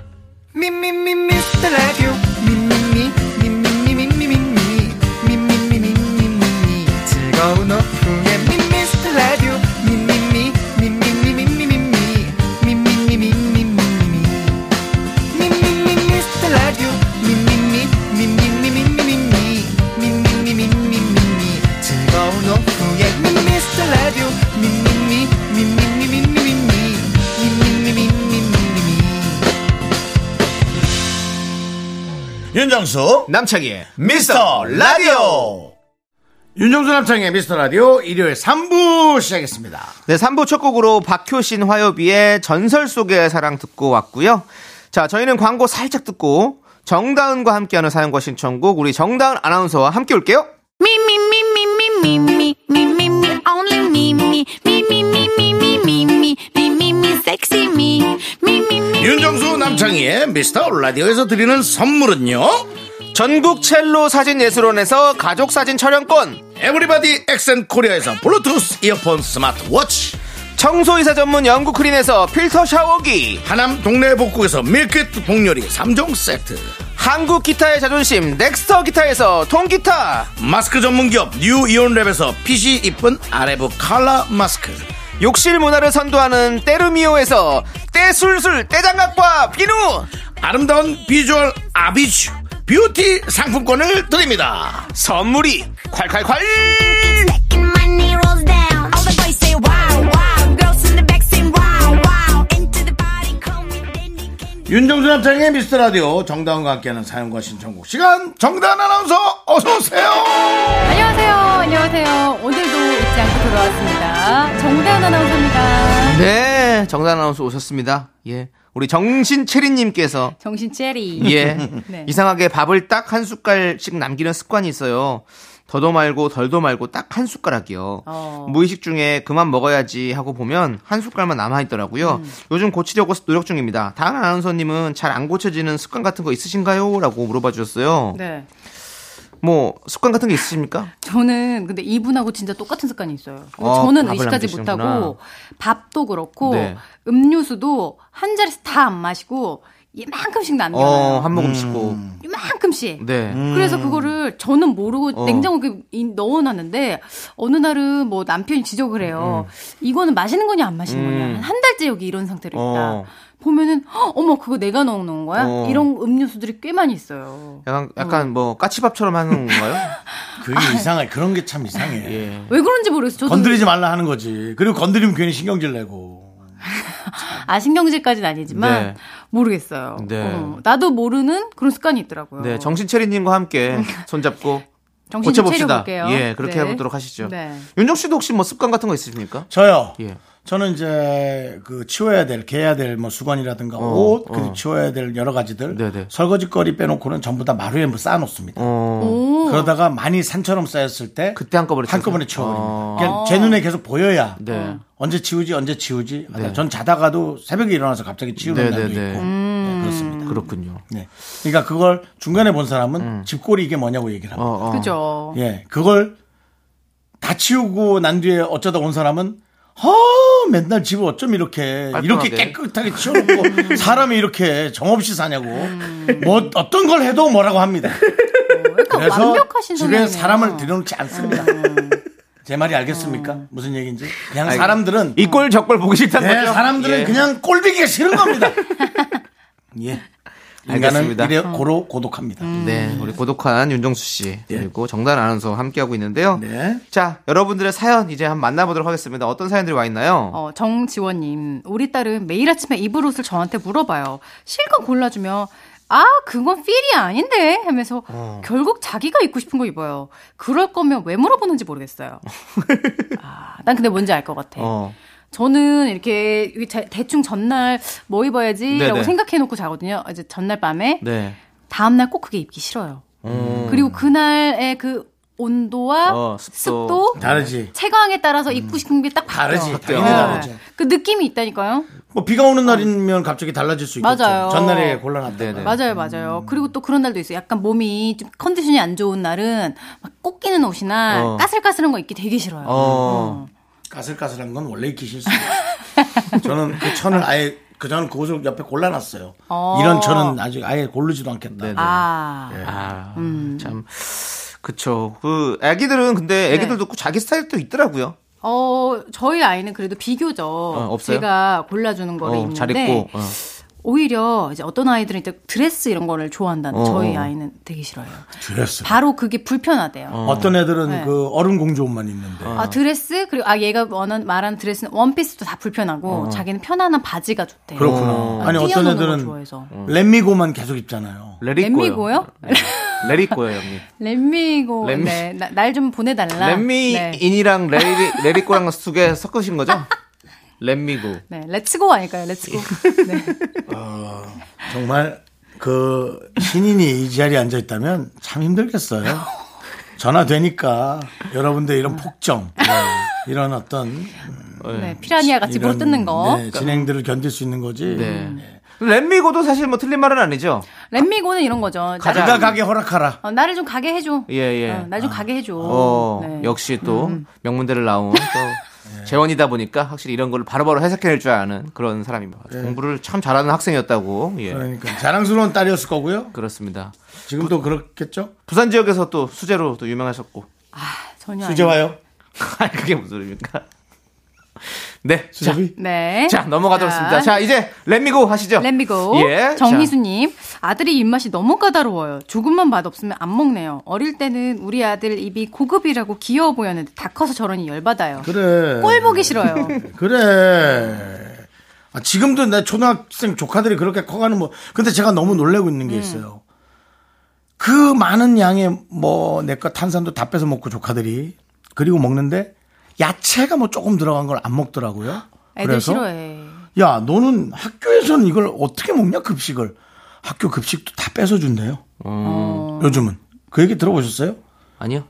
F: 미미미 미스터 라디오 미미미 미미미 미미미 미미미 미미미 즐거운 오후에 미스터 라디오 미미미 미미미 미미미 미미미 미미미 미미미
B: 윤정수,
C: 남창희의
B: 미스터 라디오. 윤정수 남창의 미스터 라디오 일요일 3부 시작했습니다.
C: 네, 3부 첫 곡으로 박효신 화요비의 전설 속의 사랑 듣고 왔고요. 자, 저희는 광고 살짝 듣고 정다은과 함께하는 사연과 신청곡 우리 정다은 아나운서와 함께 올게요.
D: Me, me, me, me, me, me, me, me, me, me, only me, me, me, me, me, me, me, me, me, me, me, me, sexy me, me, me, me.
B: 윤정수 남창의 미스터 라디오에서 드리는 선물은요.
C: 전국 첼로 사진 예술원에서 가족 사진 촬영권,
B: 에브리바디 엑센 코리아에서 블루투스 이어폰 스마트워치.
C: 청소이사 전문 영국 크린에서 필터 샤워기,
B: 하남 동네 복국에서 밀키트 복요리 3종 세트
C: 한국 기타의 자존심 넥스터 기타에서 통기타,
B: 마스크 전문기업 뉴 이온랩에서 핏이 이쁜 아레브 칼라 마스크
C: 욕실 문화를 선도하는 때르미오에서 때술술 때장갑과 비누,
B: 아름다운 비주얼 아비쥬 뷰티 상품권을 드립니다
C: 선물이 콸콸콸!
E: Second money rolls down. All the boys say wow, wow. Girls in the back say wow, wow. Into the body, call me Danny Candy.
B: 윤정수 남창의 미스터라디오 정다운과 함께하는 사연과 신청곡 시간 정다운 아나운서 어서오세요
G: 안녕하세요. 안녕하세요. 오늘도 잊지 않고 돌아왔습니다. 정대현 아나운서입니다.
C: 네, 네, 정단 아나운서 오셨습니다. 예. 우리 정신체리님께서
G: 정신 째리.
C: 예.
G: 네.
C: 이상하게 밥을 딱 한 숟갈씩 남기는 습관이 있어요. 더도 말고 덜도 말고 딱 한 숟가락이요.
G: 어.
C: 무의식 중에 그만 먹어야지 하고 보면 한 숟갈만 남아 있더라고요.
G: 음.
C: 요즘 고치려고 노력 중입니다. 다은 아나운서님은 잘 안 고쳐지는 습관 같은 거 있으신가요? 라고 물어봐 주셨어요.
G: 네.
C: 뭐 습관 같은 게 있으십니까?
G: 저는 근데 이분하고 진짜 똑같은 습관이 있어요.
C: 어,
G: 저는
C: 밥을
G: 의식하지
C: 안 드시는구나.
G: 못하고 밥도 그렇고
C: 네.
G: 음료수도 한 자리에서 다 안 마시고 이만큼씩 남겨요.
C: 어, 한 모금 씹고.
G: 이만큼씩.
C: 네.
G: 그래서 그거를 저는 모르고
C: 어.
G: 냉장고에 이- 넣어놨는데 어느 날은 뭐 남편이 지적을 해요. 이거는 마시는 거냐 안 마시는
C: 음.
G: 거냐. 한, 한 달째 여기 이런 상태로 있다.
C: 어.
G: 보면은 "헉, 어머 그거 내가 넣어놓은 거야?
C: 어.
G: 이런 음료수들이 꽤 많이 있어요.
C: 약간
G: 음.
C: 약간 뭐 까치밥처럼 하는 건가요?
B: 그게 이상해. 그런 게 참 이상해.
C: 예.
G: 왜 그런지 모르겠어요. 저도
B: 건드리지 말라 하는 거지. 그리고 건드리면 괜히 신경질 내고.
G: 아 신경질까지는 아니지만
C: 네.
G: 모르겠어요.
C: 네.
G: 어, 나도 모르는 그런 습관이 있더라고요.
C: 네, 정신체리님과 함께 손잡고
G: 정신 좀
C: 고쳐봅시다.
G: 차려볼게요.
C: 예, 그렇게
G: 네.
C: 해보도록 하시죠.
G: 네.
C: 윤정 씨도 혹시 뭐 습관 같은 거 있으십니까?
B: 저요.
C: 예.
B: 저는 이제 그 치워야 될, 개야 될 뭐 수건이라든가
C: 어,
B: 옷, 그
C: 어.
B: 치워야 될 여러 가지들
C: 네네.
B: 설거지거리 빼놓고는 전부 다 마루에 뭐 쌓아놓습니다.
C: 어,
G: 오,
B: 그러다가 많이 산처럼 쌓였을 때
C: 그때 한꺼번에
B: 한꺼번에
C: 치워서?
B: 치워버립니다.
C: 어.
B: 그냥 제 눈에 계속 보여야
C: 네.
B: 언제 치우지 언제 치우지. 아,
C: 네.
B: 전 자다가도 새벽에 일어나서 갑자기 치우는
C: 네,
B: 날도
C: 네, 네.
B: 있고 네, 그렇습니다.
C: 그렇군요.
B: 네. 그러니까 그걸 중간에 본 사람은 집골이 이게 뭐냐고 얘기를
C: 음. 어,
B: 합니다.
C: 어.
G: 그죠.
B: 예, 그걸 다 치우고 난 뒤에 어쩌다 온 사람은 허 맨날 집을 어쩜 이렇게
C: 깔끔하게.
B: 이렇게 깨끗하게 치워놓고 사람이 이렇게 정없이 사냐고 뭐 어떤 걸 해도 뭐라고 합니다.
G: 약간
B: 그래서
G: 그러니까 완벽하신
B: 집에
G: 성향이네요. 음,
B: 사람을 들여놓지 않습니다. 제 말이 알겠습니까? 무슨 얘기인지 그냥 사람들은
C: 이 꼴 저 꼴 보기 싫다는
B: 네,
C: 거죠?
B: 사람들은
C: 예.
B: 그냥 꼴보기가 싫은 겁니다. 예. 인간은
C: 알겠습니다.
G: 음.
B: 이래 고로 고독합니다.
C: 네, 우리 고독한 윤정수 씨 그리고 정단 아나운서 함께하고 있는데요.
B: 네.
C: 자, 여러분들의 사연 이제 한번 만나보도록 하겠습니다. 어떤 사연들이 와 있나요?
G: 어, 정지원님, 우리 딸은 매일 아침에 입을 옷을 저한테 물어봐요. 실컷 골라주면, 아, 그건 필이 아닌데? 하면서
C: 어.
G: 결국 자기가 입고 싶은 거 입어요. 그럴 거면 왜 물어보는지 모르겠어요. 아, 난 근데 뭔지 알 것 같아.
C: 어.
G: 저는 이렇게 이게 자- 대충 전날 뭐 입어야지라고
C: 네네.
G: 생각해 놓고 자거든요. 이제 전날 밤에
C: 네. 음.
G: 다음 날 꼭 그게 입기 싫어요. 그리고 그날의 그 온도와
C: 어, 습도.
G: 습도,
B: 다르지.
G: 채광에 따라서
C: 음.
G: 입고 싶은 게 딱 바뀌어요.
B: 다르지.
C: 어때요?
B: 당연히
G: 네.
B: 다르지.
G: 그 느낌이 있다니까요.
B: 뭐 비가 오는 날이면 갑자기 달라질 수 있겠죠.
G: 맞아요.
B: 전날에 곤란한데.
C: 네네.
G: 맞아요,
C: 음.
G: 맞아요. 그리고 또 그런 날도 있어요. 약간 몸이 좀 컨디션이 안 좋은 날은 막 꽃기는 옷이나
C: 어.
G: 까슬까슬한 거 입기 되게 싫어요.
C: 어.
B: 까슬까슬한 건 원래 익히 싫습니다. 저는 그 천을 아예 그 저는 그곳을 옆에 골라놨어요.
G: 어.
B: 이런 천은 아직 아예 고르지도 않겠다. 예.
C: 네네.
G: 아,
C: 아, 참. 그쵸. 그, 애기들은
G: 네.
C: 근데 애기들도 자기 스타일도 있더라고요.
G: 어, 저희 아이는 그래도 비교적
C: 없어요?
G: 제가 골라주는 거를
C: 어,
G: 입는데
C: 잘 입고. 어.
G: 오히려 이제 어떤 아이들은 이제 드레스 이런 거를 좋아한다는
C: 어,
G: 저희
C: 어.
G: 아이는 되게 싫어해요.
B: 드레스.
G: 바로 그게 불편하대요.
B: 어. 떤 애들은
G: 네.
B: 그 얼음 공주 옷만 입는데.
C: 어.
G: 아 드레스 그리고 아 얘가 원한 말한 드레스는 원피스도 다 불편하고 자기는 편안한 바지가 좋대.
B: 그렇구나.
C: 어.
B: 아니 어떤
G: 뛰어노는 걸
B: 애들은
G: 좋아해서. 음.
B: 렛미고만 계속 입잖아요.
C: 레리꼬요. 네.
G: 렛미고요?
C: 레리꼬요, 형님.
G: 렛미고
C: 렛미-
G: 네, 날 좀 보내달라. 네.
C: 렛미인이랑 레리, 레리꼬랑 두 개 섞으신 거죠? 렛미고.
G: 네, 렛츠고 아닐까요? 렛츠고. 네.
B: 정말 그 신인이 이 자리에 앉아 있다면 참 힘들겠어요. 전화 되니까 여러분들 이런 폭정, 이런 어떤
G: 네, 피라니아 네. 같이
B: 이런,
G: 물 뜯는 거.
B: 네, 진행들을 견딜 수 있는 거지.
G: 음.
C: 네. 렛미고도 사실 뭐 틀린 말은 아니죠?
G: 렛미고는 이런 거죠.
C: 가자.
B: 누가 가게 허락하라.
G: 어, 나를 좀 가게 해줘.
C: 예, 예.
G: 어, 나좀 가게 해줘.
C: 어,
G: 네.
C: 역시 또 명문대를 나온 또 재원이다 보니까 확실히 이런 걸 바로바로 해석해낼 줄 아는 그런 사람입니다. 공부를 참 잘하는 학생이었다고. 예.
B: 그러니까 자랑스러운 딸이었을 거고요.
C: 그렇습니다.
B: 지금도 그렇겠죠?
C: 부산 지역에서 또 수제로 또 유명하셨고.
G: 아, 전혀 아니에요.
B: 수제와요.
C: 아니, 그게 무슨 소리입니까? 네. 자,
B: 수제비.
G: 네.
C: 자, 넘어가도록
G: 자,
C: 하겠습니다. 자, 이제 렛미고 하시죠.
G: 렛미고
C: 예. 자,
G: 정희수님 아들이 입맛이 너무 까다로워요. 조금만 맛 없으면 안 먹네요. 어릴 때는 우리 아들 입이 고급이라고 귀여워 보였는데 다 커서 저러니 열받아요.
B: 그래.
G: 꼴 보기 싫어요.
B: 그래. 아, 지금도 내 초등학생 조카들이 그렇게 커가는 뭐. 근데 제가 너무 놀래고 있는 게
G: 음.
B: 있어요. 그 많은 양의 뭐, 내 거 탄산도 다 뺏어 먹고 조카들이. 그리고 먹는데 야채가 뭐 조금 들어간 걸 안 먹더라고요.
G: 애들
B: 그래서
G: 싫어해.
B: 야, 너는 학교에서는 이걸 어떻게 먹냐, 급식을. 학교 급식도 다 뺏어준대요. 요즘은. 그 얘기 들어보셨어요?
C: 아니요.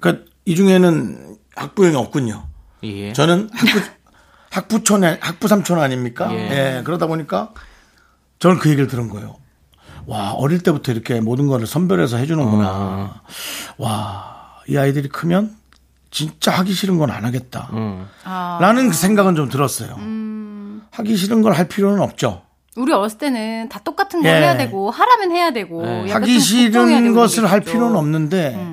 B: 그니까 이 중에는 학부형이 없군요.
C: 예.
B: 저는 학부, 학부촌, 학부 삼촌 아닙니까? 예.
C: 예.
B: 그러다 보니까 저는 그 얘기를 들은 거예요. 와, 어릴 때부터 이렇게 모든 거를 선별해서 해주는구나. 와, 이 아이들이 크면 진짜 하기 싫은 건 안 하겠다. 라는 그 생각은 좀 들었어요. 하기 싫은 걸 할 필요는 없죠.
G: 우리 어렸을 때는 다 똑같은 걸
B: 예.
G: 해야 되고 하라면 해야 되고 약간
B: 하기
G: 좀 걱정해야
B: 싫은
G: 되고
B: 것을 할
G: 그러겠죠. 음.
B: 필요는 없는데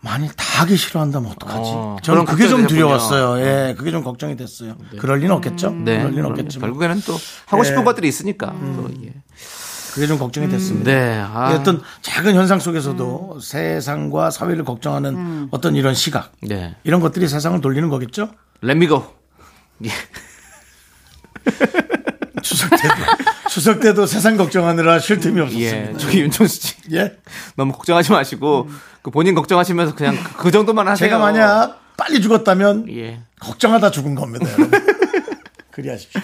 B: 만일 다 하기 싫어한다면 어떡하지?
C: 어,
B: 저는
C: 그런
B: 그게 좀
C: 걱정이 됐군요.
B: 두려웠어요. 예, 그게 좀 걱정이 됐어요. 그럴 리는 없겠죠.
G: 음.
C: 네.
B: 그럴 리는
C: 그럼요.
B: 없겠죠.
C: 결국에는 또 하고 싶은
B: 예.
C: 것들이 있으니까. 또 이게.
B: 그게 좀
G: 음.
B: 걱정이 됐습니다.
C: 네. 아,
B: 이 어떤 작은 현상 속에서도 세상과 사회를 걱정하는
G: 음.
B: 어떤 이런 시각
C: 네.
B: 이런 것들이 세상을 돌리는 거겠죠.
C: 렛미고. 예.
B: 추석 때도 추석 때도 세상 걱정하느라 쉴 틈이
C: 예.
B: 없었습니다. 네.
C: 저기 윤정수 씨.
B: 예?
C: 너무 걱정하지 마시고 그 본인 걱정하시면서 그냥 그- 그 정도만 하세요.
B: 제가 만약 빨리 죽었다면
C: 예.
B: 걱정하다 죽은 겁니다. 여러분. 그리하십시오.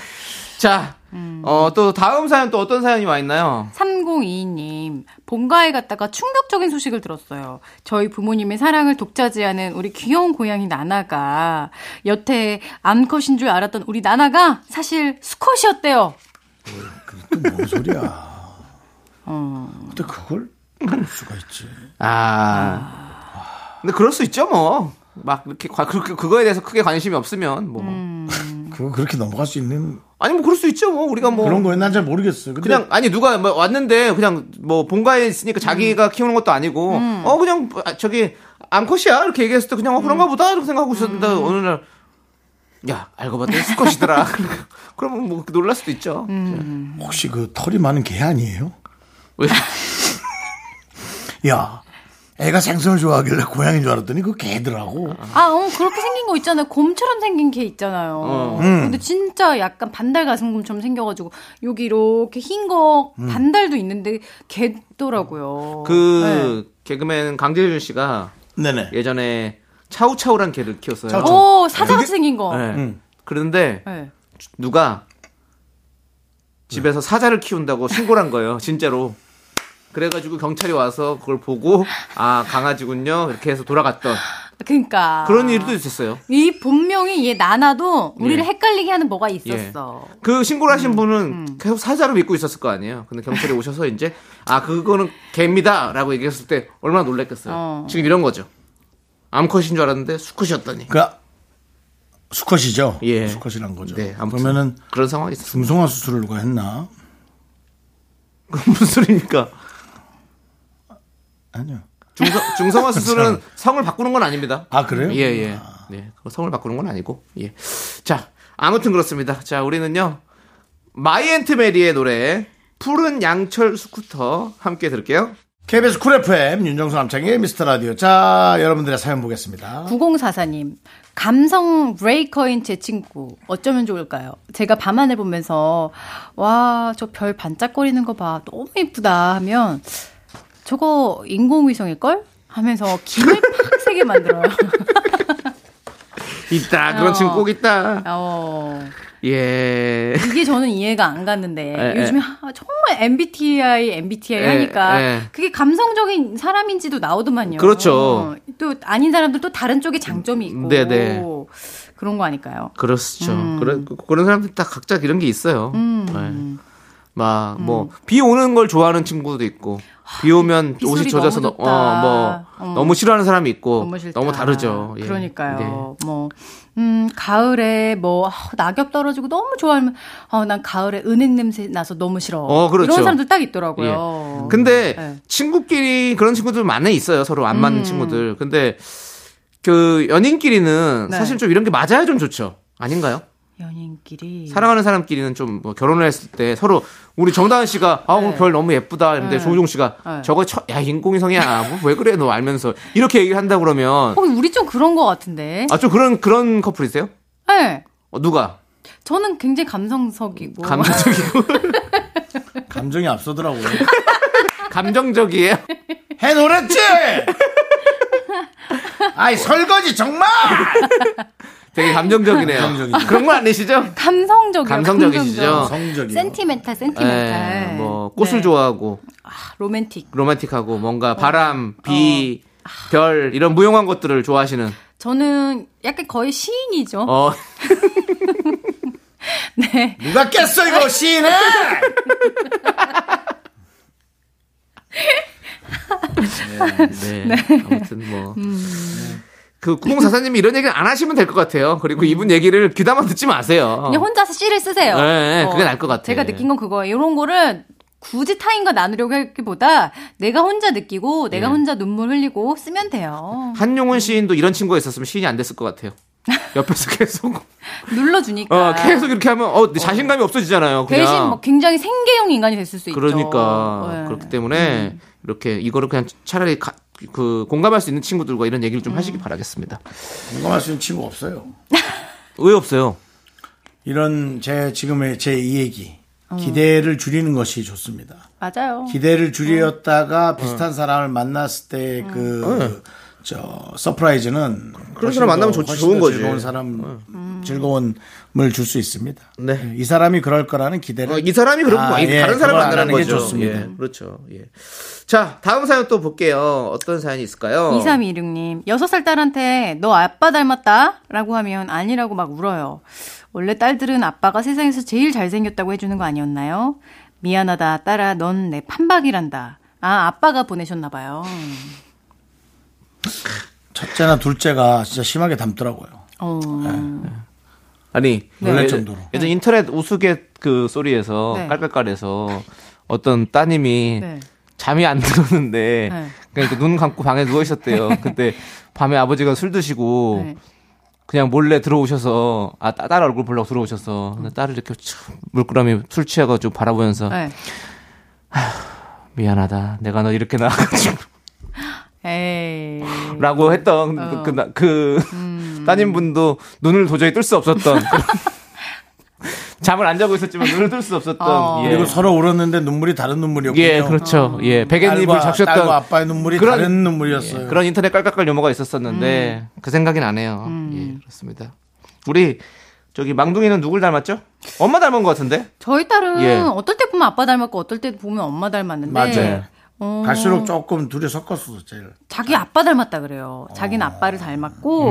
C: 자, 어 또 다음 사연 또 어떤 사연이 와 있나요?
G: 3022님, 본가에 갔다가 충격적인 소식을 들었어요. 저희 부모님의 사랑을 독차지하는 우리 귀여운 고양이 나나가 여태 암컷인 줄 알았던 우리 나나가 사실 수컷이었대요.
B: 뭔 소리야. 근데 그걸 볼 수가 있지.
C: 아. 근데 그럴 수 있죠, 뭐. 막 이렇게 과- 그렇게 그거에 대해서 크게 관심이 없으면 뭐
B: 그거 그렇게 넘어갈 수 있는
C: 아니 뭐 그럴 수 있죠, 뭐 우리가 뭐
B: 그런 거에 난잘 모르겠어요. 근데
C: 그냥 아니 누가 뭐 왔는데 그냥 뭐 본가에 있으니까
B: 음.
C: 자기가 키우는 것도 아니고 어 그냥 아, 저기 암컷이야 이렇게 얘기했을 때 그냥 어,
B: 음.
C: 그런가 보다 이렇게 생각하고 있었는데 어느 날 야 알고 봤더니 수컷이더라 그러면 뭐 놀랄 수도 있죠
B: 음. 혹시 그 털이 많은 개 아니에요?
C: 왜?
B: 야, 애가 생선을 좋아하길래 고양이인 줄 알았더니 그 개더라고.
G: 아, 어, 그렇게 생긴 거 있잖아요. 곰처럼 생긴 개 있잖아요.
C: 어.
G: 근데 진짜 약간 반달 가슴곰처럼 생겨가지고 여기 이렇게 흰 거 반달도 있는데 개더라고요.
C: 그
B: 네.
C: 개그맨 강재준 씨가
B: 네네.
C: 예전에 차우차우란 개를 키웠어요
G: 네.
B: 차우차우.
G: 오, 사자같이 생긴 거.
C: 네.
B: 음.
C: 그런데
G: 네.
C: 누가 집에서 사자를 키운다고 신고를 한 거예요, 진짜로. 그래가지고 경찰이 와서 그걸 보고, 아, 강아지군요. 이렇게 해서 돌아갔던
G: 그러니까.
C: 그런 일도 있었어요.
G: 이 본명이 얘 나나도 우리를
C: 예.
G: 헷갈리게 하는 뭐가
C: 예.
G: 있었어.
C: 그 신고를 하신 분은 계속 사자로 믿고 있었을 거 아니에요. 근데 경찰이 오셔서 이제, 아, 그거는 개입니다. 라고 얘기했을 때 얼마나 놀랬겠어요.
G: 어.
C: 지금 이런 거죠. 암컷인 줄 알았는데 수컷이었다니.
B: 그러니까 수컷이죠.
C: 예.
B: 수컷이란 거죠.
C: 네, 아무튼.
B: 그러면은
C: 그런 상황이 있었어요.
B: 중성화 수술을 누가 했나?
C: 그 무슨 소리입니까?
B: 아니요.
C: 중성, 중성화 수술은 성을 바꾸는 건 아닙니다.
B: 아, 그래요?
C: 예, 예. 네. 그거 성을 바꾸는 건 아니고. 예. 자, 아무튼 그렇습니다. 자, 우리는요. 마이앤트 메리의 노래 푸른 양철 스쿠터 함께 들을게요.
B: KBS 쿨 FM 윤정수 남창의 미스터 라디오. 자, 여러분들의 사연 보겠습니다.
G: 9044님, 감성 브레이커인 제 친구, 어쩌면 좋을까요? 제가 밤하늘 보면서, 와, 저 별 반짝거리는 거 봐. 너무 예쁘다. 하면, 저거 인공위성일걸? 하면서 김을 팍 세게 만들어요.
C: 있다. 그런
G: 어.
C: 친구 꼭 있다.
G: 어,
C: 예.
G: 이게 저는 이해가 안 갔는데,
C: 에,
G: 요즘에 하- 정말 MBTI, MBTI
C: 에,
G: 하니까,
C: 에.
G: 그게 감성적인 사람인지도 나오더만요.
C: 예. 그렇죠.
G: 어, 또 아닌 사람들 또 다른 쪽에 장점이 있고,
C: 네, 네.
G: 그런 거 아닐까요?
C: 그렇죠.
G: 음.
C: 그런 그런 사람들 다 각자 이런 게 있어요. 네. 막 뭐 비 오는 걸 좋아하는 친구도 있고 비 오면
G: 음. 아, 비
C: 옷이
G: 소리
C: 젖어서
G: 너무
C: 너- 어,
G: 좋다.
C: 뭐
G: 음.
C: 너무 싫어하는 사람이 있고
G: 너무
C: 너무,
G: 싫다.
C: 다르죠. 예. 네.
G: 그러니까요. 뭐, 음, 가을에 뭐, 아, 낙엽 떨어지고 너무 좋아하면, 어, 난 가을에 은행 냄새 나서 너무 싫어.
C: 어, 그렇죠.
G: 이런 사람들 딱 있더라고요.
C: 예. 근데
G: 네. 음.
C: 친구끼리 그런 친구들 많이 있어요. 서로 안 맞는 친구들. 근데 그 연인끼리는
G: 네.
C: 사실 좀 이런 게 맞아야 좀 좋죠. 아닌가요?
G: 연인끼리.
C: 사랑하는 사람끼리는 좀뭐 결혼을 했을 때 서로 우리 정다은 씨가 아 오늘
G: 네.
C: 별 너무 예쁘다 이런데
G: 네.
C: 조우종 씨가
G: 네.
C: 저거 처, 야 인공위성이야 뭐 왜 그래 너 알면서 이렇게 얘기를 한다 그러면
G: 어, 우리 좀 그런 것 같은데.
C: 아 좀 그런 그런 커플이세요?
G: 네.
C: 어, 누가
G: 저는 굉장히 감성석이고. 어?
C: 감정적이고
B: 감정이 앞서더라고요.
C: 감정적이에요?
B: 해놓았지? 아이 설거지 정말
C: 되게 감정적이네요.
B: 감정적이네요.
C: 그런 거 아니시죠?
G: 감성적이요.
C: 감성적이시죠?
B: 성적이
G: 센티멘탈, 센티멘탈.
C: 예, 뭐 꽃을
G: 네.
C: 좋아하고
G: 로맨틱.
C: 로man틱하고
G: 어.
C: 뭔가 바람, 비,
G: 아.
C: 별 이런 무용한 것들을 좋아하시는
G: 저는 약간 거의 시인이죠.
C: 어
G: 네.
B: 누가 깼어 이거 시인을
C: 네. 아무튼 뭐.
G: 음.
C: 그 구공사사님이 이런 얘기를 안 하시면 될 것 같아요. 그리고 이분 얘기를 귀담아 듣지 마세요.
G: 그냥 혼자서 씨를 쓰세요.
C: 어.
G: 어.
C: 네, 그게 나을 것 같아.
G: 제가 느낀 건 그거예요. 이런 거를 굳이 타인과 나누려고 하기보다 내가 혼자 느끼고
C: 예.
G: 내가 혼자 눈물 흘리고 쓰면 돼요.
C: 한용운 시인도 이런 친구가 있었으면 시인이 안 됐을 것 같아요. 옆에서 계속
G: 눌러주니까.
C: 어, 계속 이렇게 하면 어, 내 자신감이 없어지잖아요. 그냥.
G: 아. 대신 뭐 굉장히 생계형 인간이 됐을 수 있죠.
C: 그러니까
G: 네.
C: 그렇기 때문에 이렇게 이거를 그냥 차라리 가- 그 공감할 수 있는 친구들과 이런 얘기를
G: 음.
C: 좀 하시기 바라겠습니다.
B: 공감할 수 있는 친구 없어요
C: 왜 없어요?
B: 이런 제 지금의 제 이 얘기 기대를 줄이는 것이 좋습니다
G: 맞아요.
B: 기대를
C: 어.
B: 줄였다가 비슷한 사람을 만났을 때 그 저 서프라이즈는 훨씬
C: 사람 만나면
B: 더-
C: 좋지,
B: 훨씬
C: 좋은
B: 더
C: 거지. 어. 음.
B: 즐거운 사람 즐거움을 줄 수 있습니다. 예,
C: 네.
B: 이 사람이 그럴 거라는 기대를
C: 어, 이 사람이 그런 거
B: 아,
C: 아니
B: 예,
C: 다른 사람
B: 그걸
C: 만나는
B: 안 하는 게
C: 거죠.
B: 좋습니다.
C: 예, 그렇죠. 예. 자, 다음 사연 또 볼게요. 어떤 사연이 있을까요?
G: 2326님, 6살 딸한테 너 아빠 닮았다? 라고 하면 아니라고 막 울어요. 원래 딸들은 아빠가 세상에서 제일 잘생겼다고 해주는 거 아니었나요? 미안하다, 딸아, 넌 내 판박이란다. 아, 아빠가 보내셨나봐요.
B: 첫째나 둘째가 진짜 심하게 닮더라고요.
G: 어,
C: 네, 뭐. 아니,
B: 놀랄
C: 예전-
B: 정도로.
C: 예전 인터넷 우스갯 그 소리에서
G: 네.
C: 깔깔깔해서 어떤 따님이
G: 네.
C: 잠이 안 들었는데
G: 네.
C: 그냥 이렇게 눈 감고 방에 누워 있었대요. 근데 밤에 아버지가 술 드시고
G: 네.
C: 그냥 몰래 들어오셔서 아 딸 얼굴 보려고 들어오셔서 근데 딸을 이렇게 참 물끄러미 술 취해가지고 바라보면서
G: 네.
C: 미안하다 내가 너 이렇게 낳아가지고
G: 에이.
C: 라고 했던 그, 나- 그 따님분도 눈을 도저히 뜰 수 없었던 그런 잠을 안 자고 있었지만 눈을 뜰 수 없었던
G: 어.
C: 예.
B: 그리고 서로 울었는데 눈물이 다른 눈물이었군요.
C: 예 그렇죠 예 베갯잎을
B: 딸과,
C: 잡셨던
B: 딸과 아빠의 눈물이
C: 그런- 예,
B: 다른 눈물이었어요.
C: 그런 인터넷 깔깔깔 유머가 있었었는데 그 생각이 나네요 예 그렇습니다 우리 저기 망둥이는 누굴 닮았죠 엄마 닮은 것 같은데
G: 저희 딸은
C: 예.
G: 어떨 때 보면 아빠 닮았고 어떨 때 보면 엄마 닮았는데.
C: 네.
B: 맞아요.
G: 어,
B: 갈수록 조금 둘이 섞었어 제일.
G: 자기 아빠 닮았다 그래요. 자기는 아빠를 닮았고,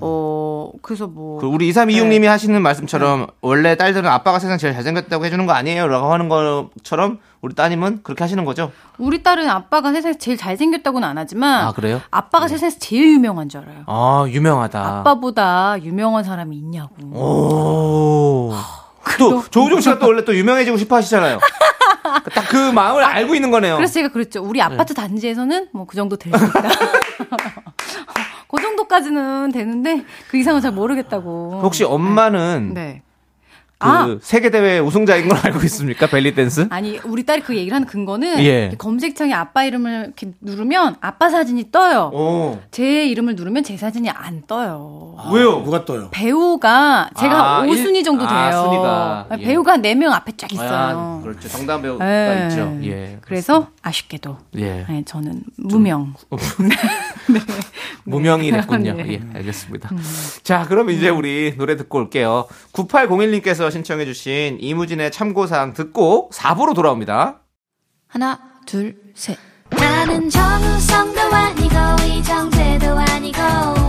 G: 어, 그래서 뭐.
C: 어. 음. 그 우리 2326님이 하시는 말씀처럼 원래 딸들은 아빠가 세상 제일 잘생겼다고 해주는 거 아니에요 라고 하는 것처럼 우리 따님은 그렇게 하시는 거죠
G: 우리 딸은 아빠가 세상에서 제일 잘생겼다고는 안 하지만
C: 아, 그래요?
G: 빠가 세상에서 제일 유명한 줄 알아요.
C: 아 어. 유명하다
G: 아빠보다 유명한 사람이 있냐고.
C: 오. 또 조우종 씨가 또 원래 또 유명해지고 싶어 하시잖아요. 딱 그 마음을 알고 있는 거네요.
G: 그래서 제가 그랬죠. 우리 아파트 단지에서는 뭐 그 정도 될 수 있다. 그 정도까지는 되는데 그 이상은 잘 모르겠다고.
C: 혹시 엄마는
G: 네.
C: 음. 그
G: 아
C: 세계 대회 우승자인 걸 알고 있습니까? 벨리 댄스?
G: 아니 우리 딸이 그 얘기를 하는 근거는
C: 예.
G: 이렇게 검색창에 아빠 이름을 이렇게 누르면 아빠 사진이 떠요.
C: 오.
G: 제 이름을 누르면 제 사진이 안 떠요.
C: 왜요?
B: 누가 떠요?
G: 배우가 제가
C: 아,
G: 한 5순위
C: 일-
G: 정도 돼요.
C: 아, 순위가. 예.
G: 배우가 한 4명 앞에 쫙 있어요.
C: 아, 그렇죠. 정답 배우가
G: 예.
C: 있죠. 예.
G: 그래서 아쉽게도
C: 예.
G: 예, 저는 무명.
C: 무명이 됐군요.
G: 네.
C: 예, 알겠습니다. 자, 그럼 이제 우리 노래 듣고 올게요. 9801님께서 신청해주신 이무진의 참고사항 듣고 4부로 돌아옵니다.
G: 하나, 둘, 셋.
E: 나는 정우성도 아니고 이정재도 아니고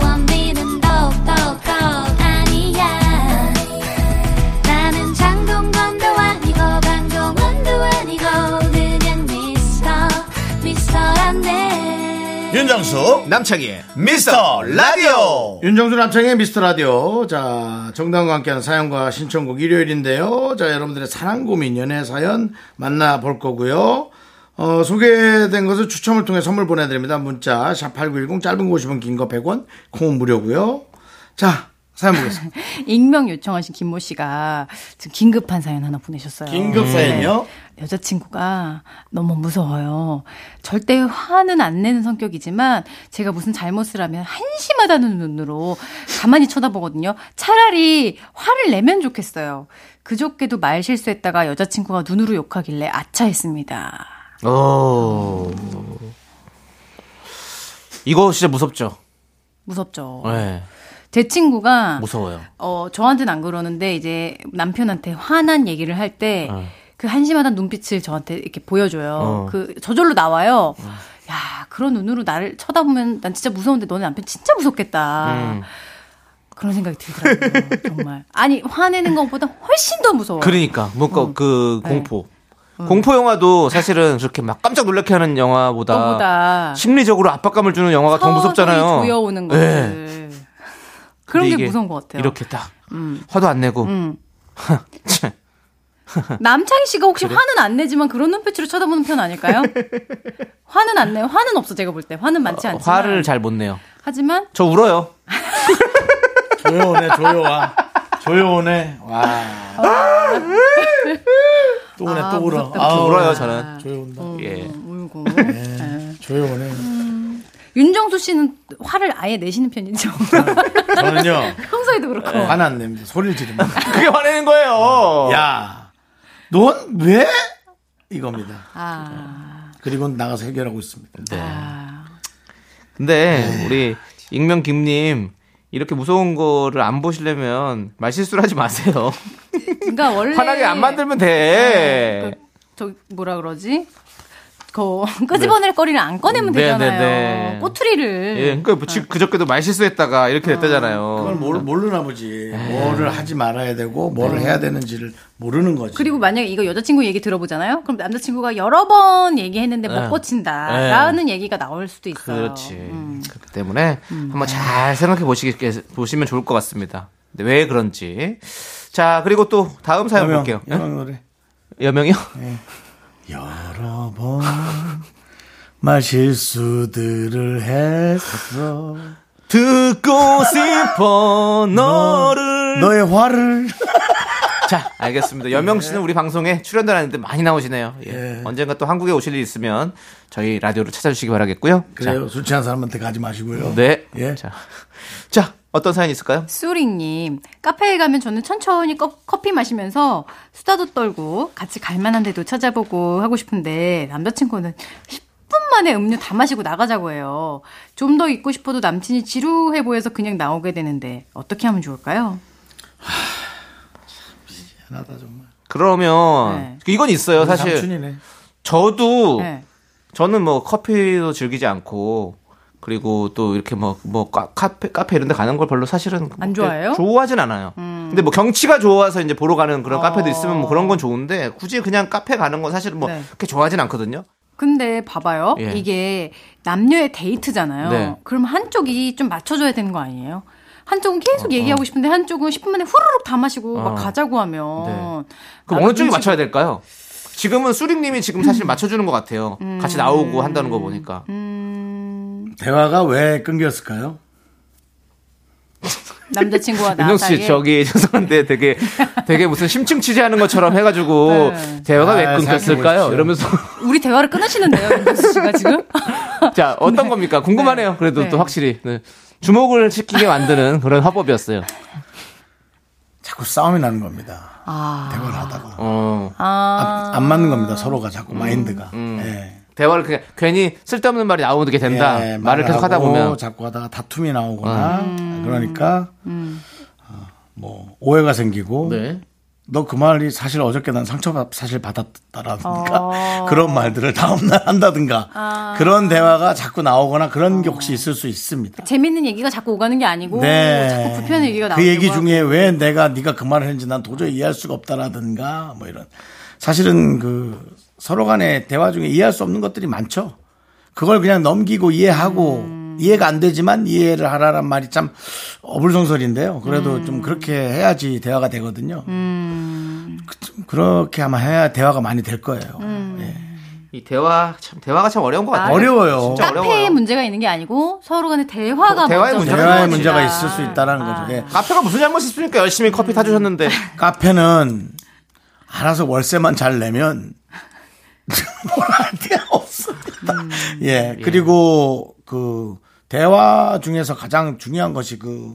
E: 원빈은 더욱더 아니야 나는 장동건도 아니고 방종원도 아니고 그냥 미스터 미스터란데
B: 윤정수 남창희의 미스터 라디오 윤정수 남창희의 미스터 라디오 자 정당과 함께하는 사연과 신청곡 일요일인데요 자 여러분들의 사랑 고민 연애 사연 만나볼 거고요 어, 소개된 것을 추첨을 통해 선물 보내드립니다 문자 샵8910 짧은 거 50원 긴 거 100원 콩은 무료고요 자 사연 보겠습니다
G: 익명 요청하신 김모 씨가 지금 긴급한 사연 하나 보내셨어요.
B: 긴급 사연이요?
G: 네. 여자친구가 너무 무서워요. 절대 화는 안 내는 성격이지만 제가 무슨 잘못을 하면 한심하다는 눈으로 가만히 쳐다보거든요. 차라리 화를 내면 좋겠어요. 그저께도 말 실수했다가 여자친구가 눈으로 욕하길래 아차했습니다.
C: 어. 이거 진짜 무섭죠.
G: 무섭죠.
B: 아,
C: 네.
G: 제 친구가
B: 뭐
C: 무서워요.
G: 어, 저한테는 안 그러는데 이제 남편한테 화난 얘기를 할 때 그 한심하다는 눈빛을 저한테 이렇게 보여줘요.
C: 어.
G: 그 저절로 나와요. 야, 그런 눈으로 나를 쳐다보면 난 진짜 무서운데 너네 남편 진짜 무섭겠다.
C: 음.
G: 그런 생각이 들더라고요. 정말. 아니, 화내는 것보다 훨씬 더 무서워.
C: 그러니까 뭔가 그
G: 네.
C: 공포. 공포 영화도 사실은 그렇게 막 깜짝 놀라게 하는 영화보다
G: 그거보다
C: 심리적으로 압박감을 주는 영화가 더 무섭잖아요.
G: 서서히 조여오는 것들.
C: 예.
G: 그런
C: 근데
G: 게
C: 이게
G: 무서운 것 같아요. 음.
C: 이렇게 딱 화도 안 내고. 참.
G: 남창희 씨가 혹시 화는 안 내지만 그런 눈빛으로 쳐다보는 편 아닐까요? 화는 안 내요. 화는 없어 제가 볼 때. 화는 많지 않지만.
C: 화를 잘 못 내요.
G: 하지만
C: 저 울어요.
B: 조용해, 조용아. 조용해. 와.
G: 아,
B: 또 우네, 또 울어. 아,
C: 저 울어요 저는.
G: 음.
B: 조용한다.
C: 예.
G: 울고.
C: 네.
B: 조용해.
G: 네. 음. 윤정수 씨는 화를 아예 내시는 편이죠.
C: 그러니까.
B: 저는요,
G: 평소에도 그렇고.
B: 화는 안 냅니다. 소리를 지릅니다.
C: 네. 그게 화내는 거예요.
B: 야, 넌 왜? 이겁니다.
G: 아.
B: 그리고 나가서 해결하고 있습니다.
C: 네.
B: 네.
C: 근데 우리 익명 김님 이렇게 무서운 거를 안 보시려면 말실수를 하지 마세요.
G: 그러니까
B: 네.
G: 원래
C: 화나게 안 만들면
B: 아,
C: 돼.
G: 그, 저 뭐라 그러지? 그 끄집어낼 거리를 안 꺼내면
C: 네, 네,
G: 되잖아요.
C: 네.
G: 꼬투리를.
C: 예, 그러니까 뭐 지- 그저께도 말 실수했다가 이렇게
B: 아. 그걸
C: 됐다잖아요.
B: 모르, 모르나 보지.
C: 네.
B: 뭐를 하지 말아야 되고, 뭐를 해야 되는지를 모르는 거지.
G: 그리고 만약에 이거 여자친구 얘기 들어보잖아요. 그럼 남자친구가 여러 번 얘기했는데 못
C: 네. 네.
G: 고친다라는 얘기가 나올 수도 있어요.
C: 아, 그렇지.
G: 음.
C: 그렇기 때문에 한번
B: 네.
C: 잘 생각해 보시게 보시면 좋을 것 같습니다. 근데 왜 그런지. 자, 그리고 또 다음 사연
B: 여명,
C: 볼게요. 예?
B: 여명 네. 노래.
C: 여명이요?
B: 여러 번 마실수들을 했어.
C: 듣고 싶어 너를.
B: 너의 화를.
C: 자, 알겠습니다. 여명 씨는 우리 방송에 출연도 안 했는데 많이 나오시네요. 예.
B: 예.
C: 언젠가 또 한국에 오실 일 있으면 저희 라디오로 찾아주시기 바라겠고요.
B: 그래요. 술 취한 사람한테 가지 마시고요.
C: 자, 네.
B: 예.
C: 자, 자, 어떤 사연 이 있을까요?
G: 수링님 카페에 가면 저는 천천히 컵- 커피 마시면서 수다도 떨고 같이 갈만한 데도 찾아보고 하고 싶은데 남자친구는 10분 만에 음료 다 마시고 나가자고 해요. 좀 더 있고 싶어도 남친이 지루해 보여서 그냥 나오게 되는데 어떻게 하면 좋을까요?
B: 하나다 정말.
C: 그러면 이건 있어요, 사실.
B: 삼촌이네.
C: 저도
G: 네.
C: 저는 뭐 커피도 즐기지 않고 그리고 또 이렇게 뭐 뭐 카페 카페 이런 데 가는 걸 별로 사실은 그렇게
G: 안 좋아해요? 음.
C: 좋아하진 않아요. 근데 뭐 경치가 좋아서 이제 보러 가는
G: 어.
C: 그런 카페도 있으면 뭐 그런 건 좋은데 굳이 그냥 카페 가는 건 사실 뭐
G: 네.
C: 그렇게 좋아하진 않거든요.
G: 근데 봐봐요.
C: 예.
G: 이게 남녀의 데이트잖아요.
C: 네.
G: 그럼 한쪽이 좀 맞춰줘야 되는 거 아니에요? 한쪽은 계속 얘기하고 싶은데 한쪽은 10분 만에 후루룩 다 마시고
C: 어. 네.
G: 막 가자고 하면
C: 그럼 어느 쪽이
G: 남자친구-
C: 맞춰야 될까요? 지금은 수림님이
G: 음.
C: 지금 사실 맞춰주는 것 같아요. 같이 나오고 한다는 거 보니까
G: 음,
B: 대화가 왜 끊겼을까요?
G: 남자친구와 나
C: 윤정 씨
G: 사이에
C: 저기 죄송한데 되게 되게 무슨 심층 취재하는 것처럼 해가지고
G: 네.
C: 대화가
B: 아,
C: 왜 끊겼을까요?
B: 생각해보십시오.
C: 이러면서
G: 우리 대화를 끊으시는데요, 윤정수 씨가 지금?
C: 자, 어떤 겁니까? 궁금하네요. 그래도
G: 네.
C: 또 확실히. 네. 주목을 시키게 만드는 그런 화법이었어요.
B: 자꾸 싸움이 나는 겁니다.
G: 아,
B: 대화를 하다가.
C: 어.
B: 아. 안, 안 맞는 겁니다. 서로가 자꾸 마인드가. 예.
C: 대화를 그냥 괜히 쓸데없는 말이 나오게 된다.
B: 예,
C: 말을 계속 하다
B: 하고
C: 보면. 어.
B: 자꾸 하다가 다툼이 나오거나 그러니까 어, 뭐 오해가 생기고
C: 네.
B: 너 그 말이 사실 어저께 난 상처 받- 사실 받았다라든가 그런 말들을 다음날 한다든가 그런 대화가 자꾸 나오거나 그런 게 혹시 있을 수 있습니다.
G: 재밌는 얘기가 자꾸 오가는 게 아니고 자꾸 불편한 얘기가 나오고
B: 네. 그 얘기 중에 왜 내가 네가 그 말을 했는지 난 도저히 이해할 수가 없다라든가 뭐 이런 사실은 그 서로 간의 대화 중에 이해할 수 없는 것들이 많죠. 그걸 그냥 넘기고 이해하고
G: 음.
B: 이해가 안 되지만 이해를 하라란 말이 참 어불성설인데요. 그래도
G: 음.
B: 좀 그렇게 해야지 대화가 되거든요.
G: 음.
B: 그, 렇게 아마 해야 대화가 많이 될 거예요. 예.
C: 이 대화, 참, 대화가 참 어려운 것 같아요.
B: 어려워요.
C: 진짜
G: 카페에
C: 어려워요.
G: 문제가 있는 게 아니고 서로 간의 대화가
C: 대화의
G: 먼저
C: 문제가
B: 대화의
C: 그렇지.
B: 문제가 있을 수 있다라는 거죠.
G: 아.
B: 예.
C: 카페가 무슨 잘못이 있습니까? 열심히 커피 타주셨는데.
B: 카페는 알아서 월세만 잘 내면 뭐랄 게 없습니다.
G: 음,
B: 예. 그리고 그 대화 중에서 가장 중요한 것이 그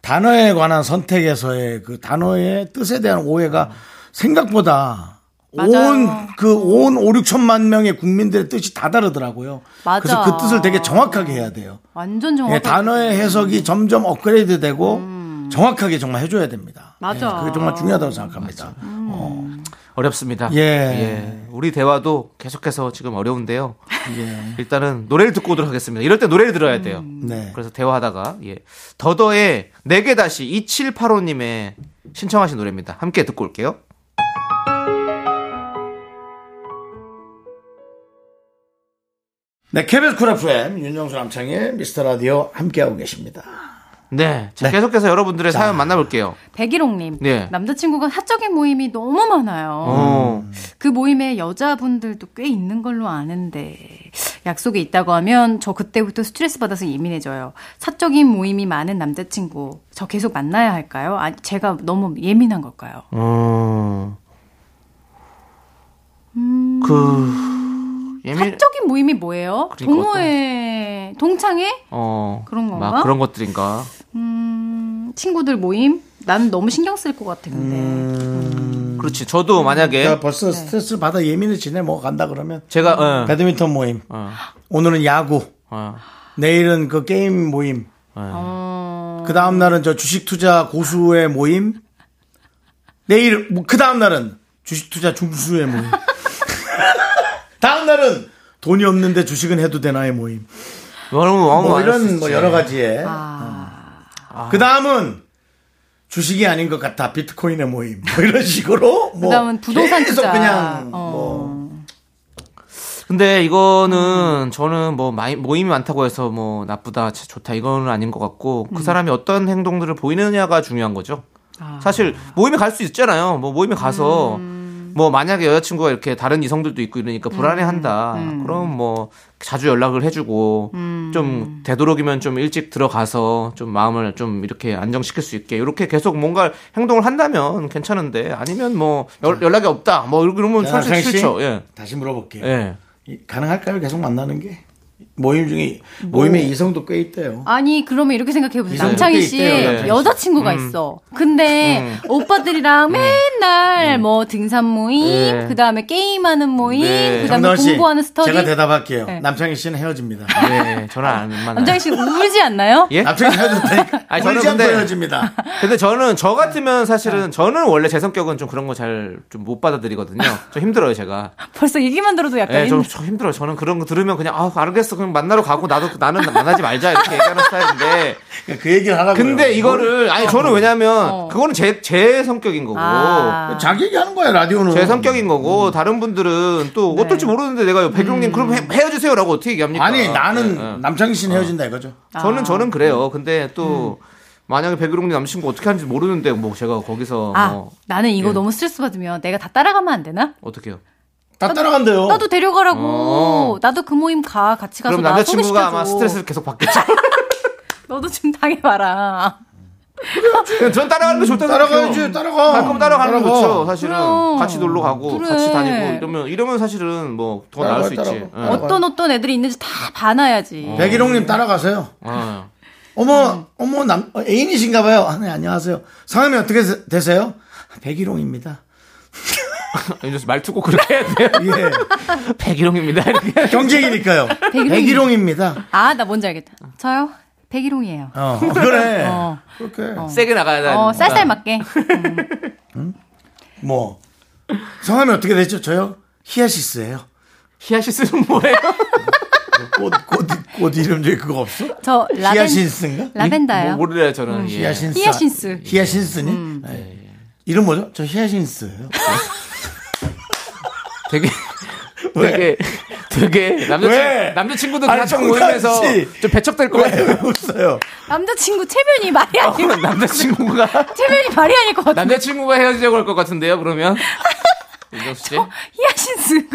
B: 단어에 관한 선택에서의 그 단어의 뜻에 대한 오해가 생각보다
G: 음. 맞아요.
B: 온그온 5, 6천만 명의 국민들의 뜻이 다 다르더라고요.
G: 맞아.
B: 그래서 그 뜻을 되게 정확하게 해야 돼요.
G: 완전 정확.
B: 예, 단어의 해석이 점점 업그레이드되고 정확하게 정말 해줘야 됩니다.
G: 맞아.
B: 예, 그게 정말 중요하다고 생각합니다. 어,
C: 어렵습니다.
B: 예.
C: 우리 대화도 계속해서 지금 어려운데요. 일단은 노래를 듣고 오도록 하겠습니다. 이럴 때 노래를 들어야 돼요.
B: 예. 네.
C: 그래서 대화하다가 예. 더더의 내게 다시 2785님의 신청하신 노래입니다. 함께 듣고 올게요.
B: 네, KBS 쿨 FM 윤정수 남창의 미스터 라디오 함께하고 계십니다.
C: 네. 자, 계속해서 여러분들의 사연 만나볼게요.
G: 백일홍님.
C: 네.
G: 남자친구가 사적인 모임이 너무 많아요.
B: 음.
C: 어.
G: 그 모임에 여자분들도 꽤 있는 걸로 아는데 약속이 있다고 하면 저 그때부터 스트레스 받아서 예민해져요. 사적인 모임이 많은 남자친구 저 계속 만나야 할까요? 아, 제가 너무 예민한 걸까요?
C: 어.
G: 음.
C: 그 예민
G: 사적인 모임이 뭐예요?
C: 그러니까
G: 동호회, 동창회,
C: 어.
G: 그런 건가?
C: 막 그런 것들인가?
G: 음, 친구들 모임. 난 너무 신경 쓸 것 같아 근데.
C: 그렇지. 저도 만약에
B: 음. 그러니까 벌써 스트레스를 받아 예민해지네 뭐 간다 그러면
C: 제가 어,
B: 배드민턴 모임,
C: 어,
B: 오늘은 야구,
C: 어,
B: 내일은 그 게임 모임,
C: 어.
B: 그 다음 날은 저 주식 투자 고수의 모임, 내일 그 다음 날은 주식 투자 중수의 모임, 다음 날은 돈이 없는데 주식은 해도 되나의 모임.
C: 너무 너무
B: 뭐
C: 많을 수
B: 이런
C: 있지.
B: 뭐 여러 가지에
G: 아.
B: 그 다음은 주식이 아닌 것 같아 비트코인의 모임 뭐 이런 식으로 뭐
G: 그다음은 부동산
B: 계속
G: 투자.
B: 그냥
G: 어.
B: 뭐
C: 근데 이거는 저는 뭐 마이- 모임이 많다고 해서 뭐 나쁘다 치- 좋다 이거는 아닌 것 같고 그 사람이 어떤 행동들을 보이느냐가 중요한 거죠. 사실 모임에 갈 수 있잖아요. 뭐 모임에 가서 뭐 만약에 여자친구가 이렇게 다른 이성들도 있고 이러니까 불안해한다. 그럼 뭐 자주 연락을 해주고 좀 되도록이면 좀 일찍 들어가서 좀 마음을 좀 이렇게 안정시킬 수 있게 이렇게 계속 뭔가 행동을 한다면 괜찮은데 아니면 뭐 연- 연락이 없다 뭐 이러면
B: 야,
C: 사실
B: 상희 씨?
C: 싫죠. 예.
B: 다시 물어볼게요
C: 예.
B: 이- 가능할까요 계속 만나는 게 모임 중에 모임에 이성도 꽤 있대요
G: 뭐. 아니 그러면 이렇게 생각해 보세요.
B: 이성이
G: 남창희
B: 그때
G: 씨
B: 있대요, 남창희 씨.
G: 여자친구가 있어. 근데 오빠들이랑 맨날 뭐 등산 모임,
C: 네.
G: 그다음에 게임하는 모임,
C: 네.
G: 그다음에
B: 정다은 씨,
G: 공부하는 스터디.
B: 제가 대답할게요
G: 네.
B: 남창희 씨는 헤어집니다
C: 예, 저는 안 만나요.
G: 남창희 씨 울지 않나요?
C: 예?
B: 남창희 씨 헤어졌다니까
C: 아니, 저는
B: 울지 않고
C: 근데-
B: 헤어집니다
C: 근데 저는 저 같으면 사실은 저는 원래 제 성격은 좀 그런 거 잘 좀 못 받아들이거든요. 좀 힘들어요, 제가.
G: 벌써 얘기만 들어도 약간
C: 예, 좀,
G: 네, 힘-
C: 좀 힘들어요. 저는 그런 거 들으면 그냥 아, 알겠어. 그냥 만나러 가고 나도 나는 만나지 말자 이렇게 얘기하는 스타일인데.
B: 그 얘기를 하라고
C: 근데 이거를 아니 저는 왜냐면
G: 어.
C: 그거는 제 제 성격인 거고.
G: 아.
B: 뭐 자기 얘기하는 거야 라디오는
C: 제 성격인 거고 다른 분들은 또 어떨지 모르는데 내가 백용님 그럼 헤, 헤어지세요라고 어떻게 얘기합니까?
B: 아니 나는
C: 예, 예.
B: 남창희 씨는 네, 헤어진다 이거죠
G: 아.
C: 저는 저는
G: 음.
C: 그래요. 근데 또 만약에 백일홍님 남친구 어떻게 하는지 모르는데 뭐 제가 거기서
G: 아
C: 뭐
G: 나는 이거
C: 예.
G: 너무 스트레스 받으면 내가 다 따라가면 안 되나?
C: 어떻게요?
B: 다 따라간대요
G: 나도 데려가라고.
C: 어.
G: 나도 그 모임 가 같이 가서
C: 그럼
G: 나
C: 남자친구가
G: 소개시켜줘.
C: 아마 스트레스를 계속 받겠죠.
G: 너도 좀 당해봐라.
C: 그냥 전 따라가는 게 좋다고
B: 따라가야지 따라가
C: 갈 거면 따라가는 게
B: 따라가.
C: 좋죠. 사실은
G: 그럼.
C: 같이 놀러 가고
G: 그래.
C: 같이 다니고 이러면 이러면 사실은 뭐 더 나을 수
B: 따라가,
C: 있지.
B: 따라가.
C: 예.
G: 어떤 어떤 애들이 있는지 다 봐놔야지.
B: 백일홍님 따라가세요.
C: 어.
G: 네.
B: 어머, 어머, 남, 어, 애인이신가 봐요. 아, 네, 안녕하세요. 성함이 어떻게 세- 되세요? 백일홍입니다.
C: 윤정수 말투고 그렇게 해야 돼요.
B: 예.
C: 백일홍입니다. 이렇게.
B: 경쟁이니까요.
G: 백일홍이-
B: 백일홍입니다.
G: 아, 나 뭔지 알겠다. 저요? 백일홍이에요.
B: 어, 그래.
G: 어.
B: 그렇게.
C: 세게 네. 아, 나가야 돼.
G: 어, 쌀쌀 맞게.
B: 뭐. 성함이 어떻게 되죠? 저요? 히아시스예요
C: 히아시스는 뭐예요?
B: 꽃, 꽃, 꽃 이름 중에 그거 없어?
G: 저 라벤
B: 히아신스인가?
G: 라벤더요. 음.
C: 뭐 모르래요 저는. 예.
B: 히아신스.
G: 히아신스. 음.
B: 히아신스니? 예. 이름 뭐죠? 저 히아신스예요.
C: 되게
B: 왜?
C: 되게 되게
B: 왜?
C: 남자친 남자친구도
B: 아니,
C: 같이
B: 정상
C: 모이면서
B: 씨.
C: 좀 배척될 것
B: 왜
C: 같아요.
B: 웃어요?
G: 남자친구 체면이 말이 아니,
C: 남자친구가
G: 체면이 말이 아닐 것 같은데.
C: 어. 남자친구가 헤어지려고 할 것 같은데요, 그러면? 윤정수 씨?
G: 어? 히아신스.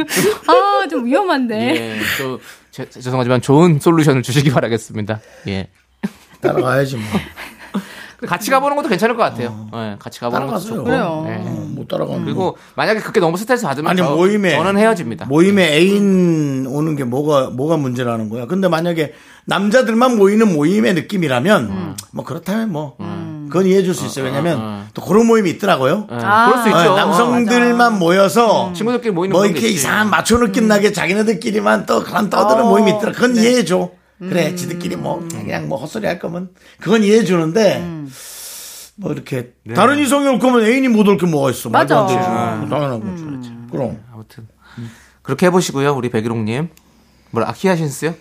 G: 아, 좀 위험한데.
C: 예, 또, 제- 제- 죄송하지만 좋은 솔루션을 주시기 바라겠습니다. 예.
B: 따라가야지 뭐.
C: 같이 가보는 것도 괜찮을 것 같아요. 예, 같이 가보는 것도
B: 어. 따라가세요.
C: 좋고.
G: 그래요.
C: 예.
B: 어, 못 따라가는 거.
C: 그리고 만약에 그게 너무 스트레스 받으면
B: 아니,
C: 저,
B: 모임에-
C: 저는 헤어집니다.
B: 모임에 애인 오는 게 뭐가 뭐가 문제라는
C: 음.
B: 거야. 근데 만약에 남자들만 모이는 모임의 느낌이라면 뭐 그렇다면 뭐 그건 이해해 줄 수 있어요. 왜냐면 또 그런 모임이 있더라고요.
G: 아.
C: 예, 그럴 수
B: 어,
C: 있죠. 어, 음.
B: 남성들만 모여서
C: 친구들끼리 모이는
B: 뭐
C: 그런 게
B: 이렇게
C: 있지. 음. 어,
B: 이상한 마초 느낌 나게 자기네들끼리만 또 그런 떠드는 모임이 있더라.
C: 네.
B: 그건 이해해 줘. 그래,
C: 음.
B: 지들끼리 뭐 그냥 뭐 헛소리 할 거면 그건 이해해 주는데
C: 음.
B: 뭐 이렇게 다른 이성이 올 거면 애인이 못 올 게 뭐가 있어? 말도 안
G: 맞아.
B: 되지. 당연한 거죠.
C: 음.
B: 그럼
C: 아무튼 그렇게 해보시고요, 우리 백일홍님. 뭐라 아키하신스요?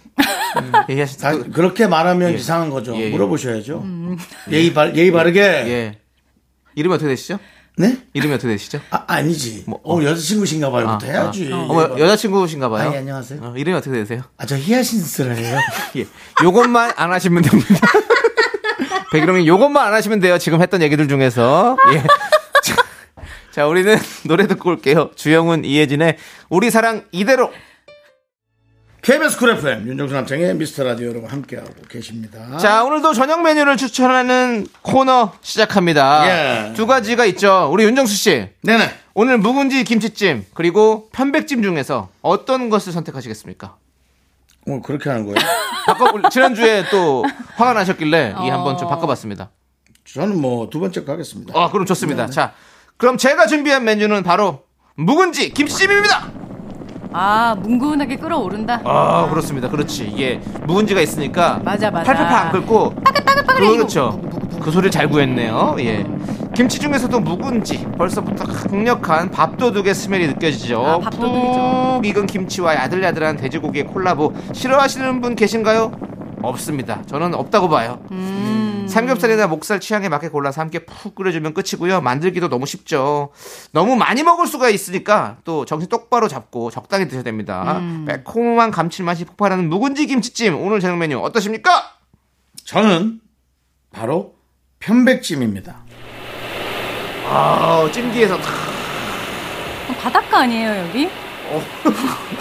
C: 얘기하신
B: 다- 아, 그렇게 말하면 이상한 거죠.
C: 예, 예.
B: 물어보셔야죠. 음. 예의 바 예의 바르게
C: 예. 이름이 어떻게 되시죠?
B: 네?
C: 이름이 어떻게 되시죠?
B: 아, 아니지.
C: 뭐,
B: 어, 여자친구신가 봐요부터 해야지. 예.
C: 어, 머 여자친구신가 봐요.
B: 아니, 안녕하세요.
C: 어, 이름이 어떻게 되세요?
B: 아, 저 히아신스라네요.
C: 예. 요것만 안 하시면 됩니다. 백일홍님 요것만 안 하시면 돼요. 지금 했던 얘기들 중에서. 예. 자, 자, 우리는 노래 듣고 올게요. 주영훈, 이혜진의 우리 사랑 이대로.
B: KBS 쿨 FM 윤정수 남창의 미스터 라디오 여러분 함께하고 계십니다.
C: 자, 오늘도 저녁 메뉴를 추천하는 코너 시작합니다.
B: 예.
C: 두 가지가 있죠. 우리 윤정수 씨.
B: 네네.
C: 오늘 묵은지 김치찜 그리고 편백찜 중에서 어떤 것을 선택하시겠습니까?
B: 오늘 그렇게 하는 거예요?
C: 바꿔볼, 지난주에 또 화가 나셨길래 이 한번 좀 바꿔봤습니다.
B: 저는 뭐 두 번째 가겠습니다.
C: 어, 그럼
G: 네,
C: 좋습니다. 자, 그럼 제가 준비한 메뉴는 바로 묵은지 김치찜입니다.
G: 아, 뭉근하게 끌어오른다.
C: 아, 그렇습니다. 그렇지. 이게 묵은지가 있으니까
G: 맞아, 맞아.
C: 팔팔팔 안 끓고
G: 빠글빠글빠글해, 이거.
C: 그렇죠. 그 소리를 잘 구했네요. 예. 김치 중에서도 묵은지 벌써부터 강력한 밥도둑의 스멜이 느껴지죠.
G: 아, 밥도둑이죠.
C: 푹 익은 김치와 야들야들한 돼지고기의 콜라보 싫어하시는 분 계신가요? 없습니다. 저는 없다고 봐요.
G: 음.
C: 삼겹살이나 목살 취향에 맞게 골라서 함께 푹 끓여주면 끝이고요. 만들기도 너무 쉽죠. 너무 많이 먹을 수가 있으니까 또 정신 똑바로 잡고 적당히 드셔야 됩니다.
G: 음.
C: 매콤한 감칠맛이 폭발하는 묵은지 김치찜 오늘 저녁 메뉴 어떠십니까?
B: 저는 바로 편백찜입니다.
C: 아 찜기에서 탁.
G: 그럼 바닷가 아니에요, 여기?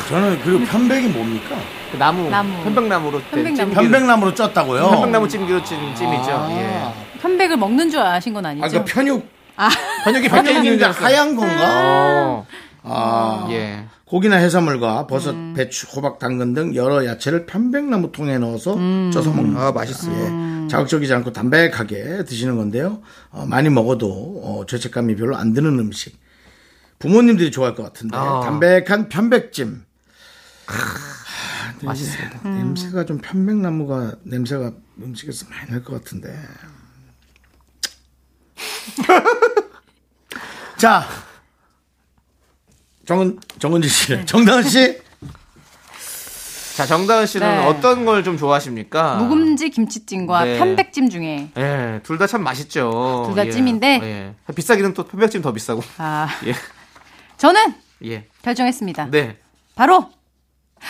B: 저는 그리고 편백이 뭡니까?
C: 그 나무,
G: 나무.
C: 편백나무로 된
G: 편백나무.
C: 찜기로-
G: 아.
B: 편백나무로 쪘다고요?
C: 편백나무 찜기로 찐 찜이죠. 예.
G: 편백을 먹는 줄 아신 건 아니죠?
B: 아, 그 편육
C: 저녁에
B: 편육인데 하얀 건가?
G: 아.
C: 어.
B: 아,
C: 예.
B: 고기나 해산물과 버섯,
C: 음.
B: 배추, 호박, 당근 등 여러 야채를 편백나무 통에 넣어서
C: 음.
B: 쪄서 먹는 아 맛있어요. 자극적이지 않고 담백하게 드시는 건데요. 어, 많이 먹어도 어, 죄책감이 별로 안 드는 음식. 부모님들이 좋아할 것 같은데
C: 아.
B: 담백한 편백찜. 네.
C: 맛있습니다.
B: 냄새가 좀 편백나무가 냄새가 음식에서 많이 날 것 같은데. 자, 정은 정은지 씨, 정다은 씨.
C: 자, 정다은 씨는
G: 네.
C: 어떤 걸 좀 좋아하십니까?
G: 묵음지 김치찜과
C: 네.
G: 편백찜 중에
C: 예, 둘 다 참 맛있죠.
G: 둘다
C: 예.
G: 찜인데?
C: 예. 비싸기는 또 편백찜 더 비싸고.
G: 아,
C: 예.
G: 저는
C: 예.
G: 결정했습니다.
C: 네.
G: 바로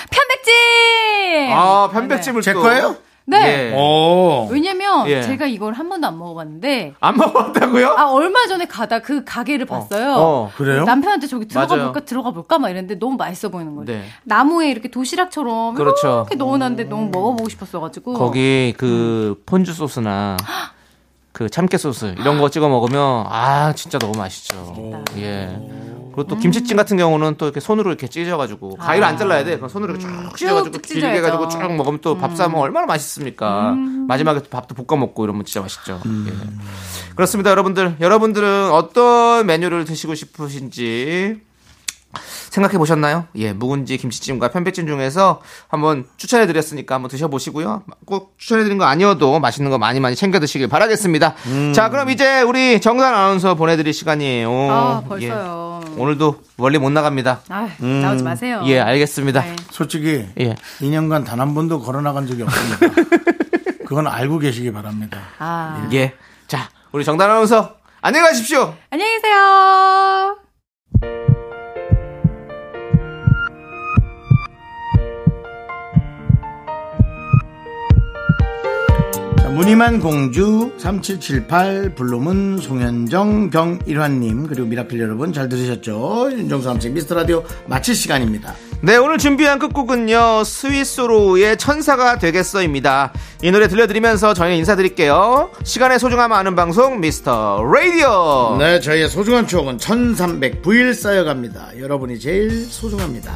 G: 편백찜.
C: 아, 편백찜을
B: 제
C: 또.
B: 거예요?
G: 네.
C: 예.
B: 오.
G: 왜냐면
C: 예.
G: 제가 이걸 한 번도 안 먹어봤는데
C: 안 먹었다고요?
G: 아 얼마 전에 가다 그 가게를 봤어요.
C: 어,
B: 그래요?
G: 남편한테 저기 들어가
C: 맞아요.
G: 볼까 들어가 볼까 막 이랬는데 너무 맛있어 보이는 거예요.
C: 네.
G: 나무에 이렇게 도시락처럼
C: 그렇죠.
G: 이렇게 넣어놨는데 너무 먹어보고 싶었어가지고
C: 거기 그 폰주 소스나 그 참깨 소스 이런 거 찍어 먹으면 아 진짜 너무 맛있죠. 예. 그리고 또 김치찜 같은 경우는 또 이렇게 손으로 이렇게 찢어가지고 가위로 안 잘라야 돼. 그냥 손으로 이렇게 아. 쭉 음. 찢어가지고
G: 쭉
C: 길게 가지고 쭉
G: 찢어야죠.
C: 먹으면 또 밥 싸 먹으면 얼마나 맛있습니까. 마지막에 또 밥도 볶아 먹고 이러면 진짜 맛있죠. 예. 그렇습니다, 여러분들. 여러분들은 어떤 메뉴를 드시고 싶으신지 생각해 보셨나요? 예, 묵은지 김치찜과 편백찜 중에서 한번 추천해 드렸으니까 한번 드셔 보시고요. 꼭 추천해 드린 거 아니어도 맛있는 거 많이 많이 챙겨 드시길 바라겠습니다. 자, 그럼 이제 우리 정단 아나운서 보내 드릴 시간이에요.
G: 아 벌써요.
C: 예, 오늘도 멀리 못 나갑니다.
G: 아 나오지 마세요.
C: 예, 알겠습니다.
G: 네.
B: 솔직히
C: 예.
B: 2년간 단 한 번도 걸어나간 적이 없습니다. 그건 알고 계시기 바랍니다.
G: 아
C: 예. 자, 우리 정단 아나운서 안녕히 가십시오.
G: 안녕히 계세요.
B: 자, 무늬만 공주 3778 블루문 송현정 경일환님 그리고 미라클 여러분 잘 들으셨죠? 윤정수 남친 미스터 라디오 마칠 시간입니다.
C: 네, 오늘 준비한 끝곡은요. 스위스로우의 천사가 되겠어입니다. 이 노래 들려드리면서 저희는 인사드릴게요. 시간의 소중함 아는 방송 미스터 라디오.
B: 네, 저희의 소중한 추억은 1,309일 쌓여갑니다. 여러분이 제일 소중합니다.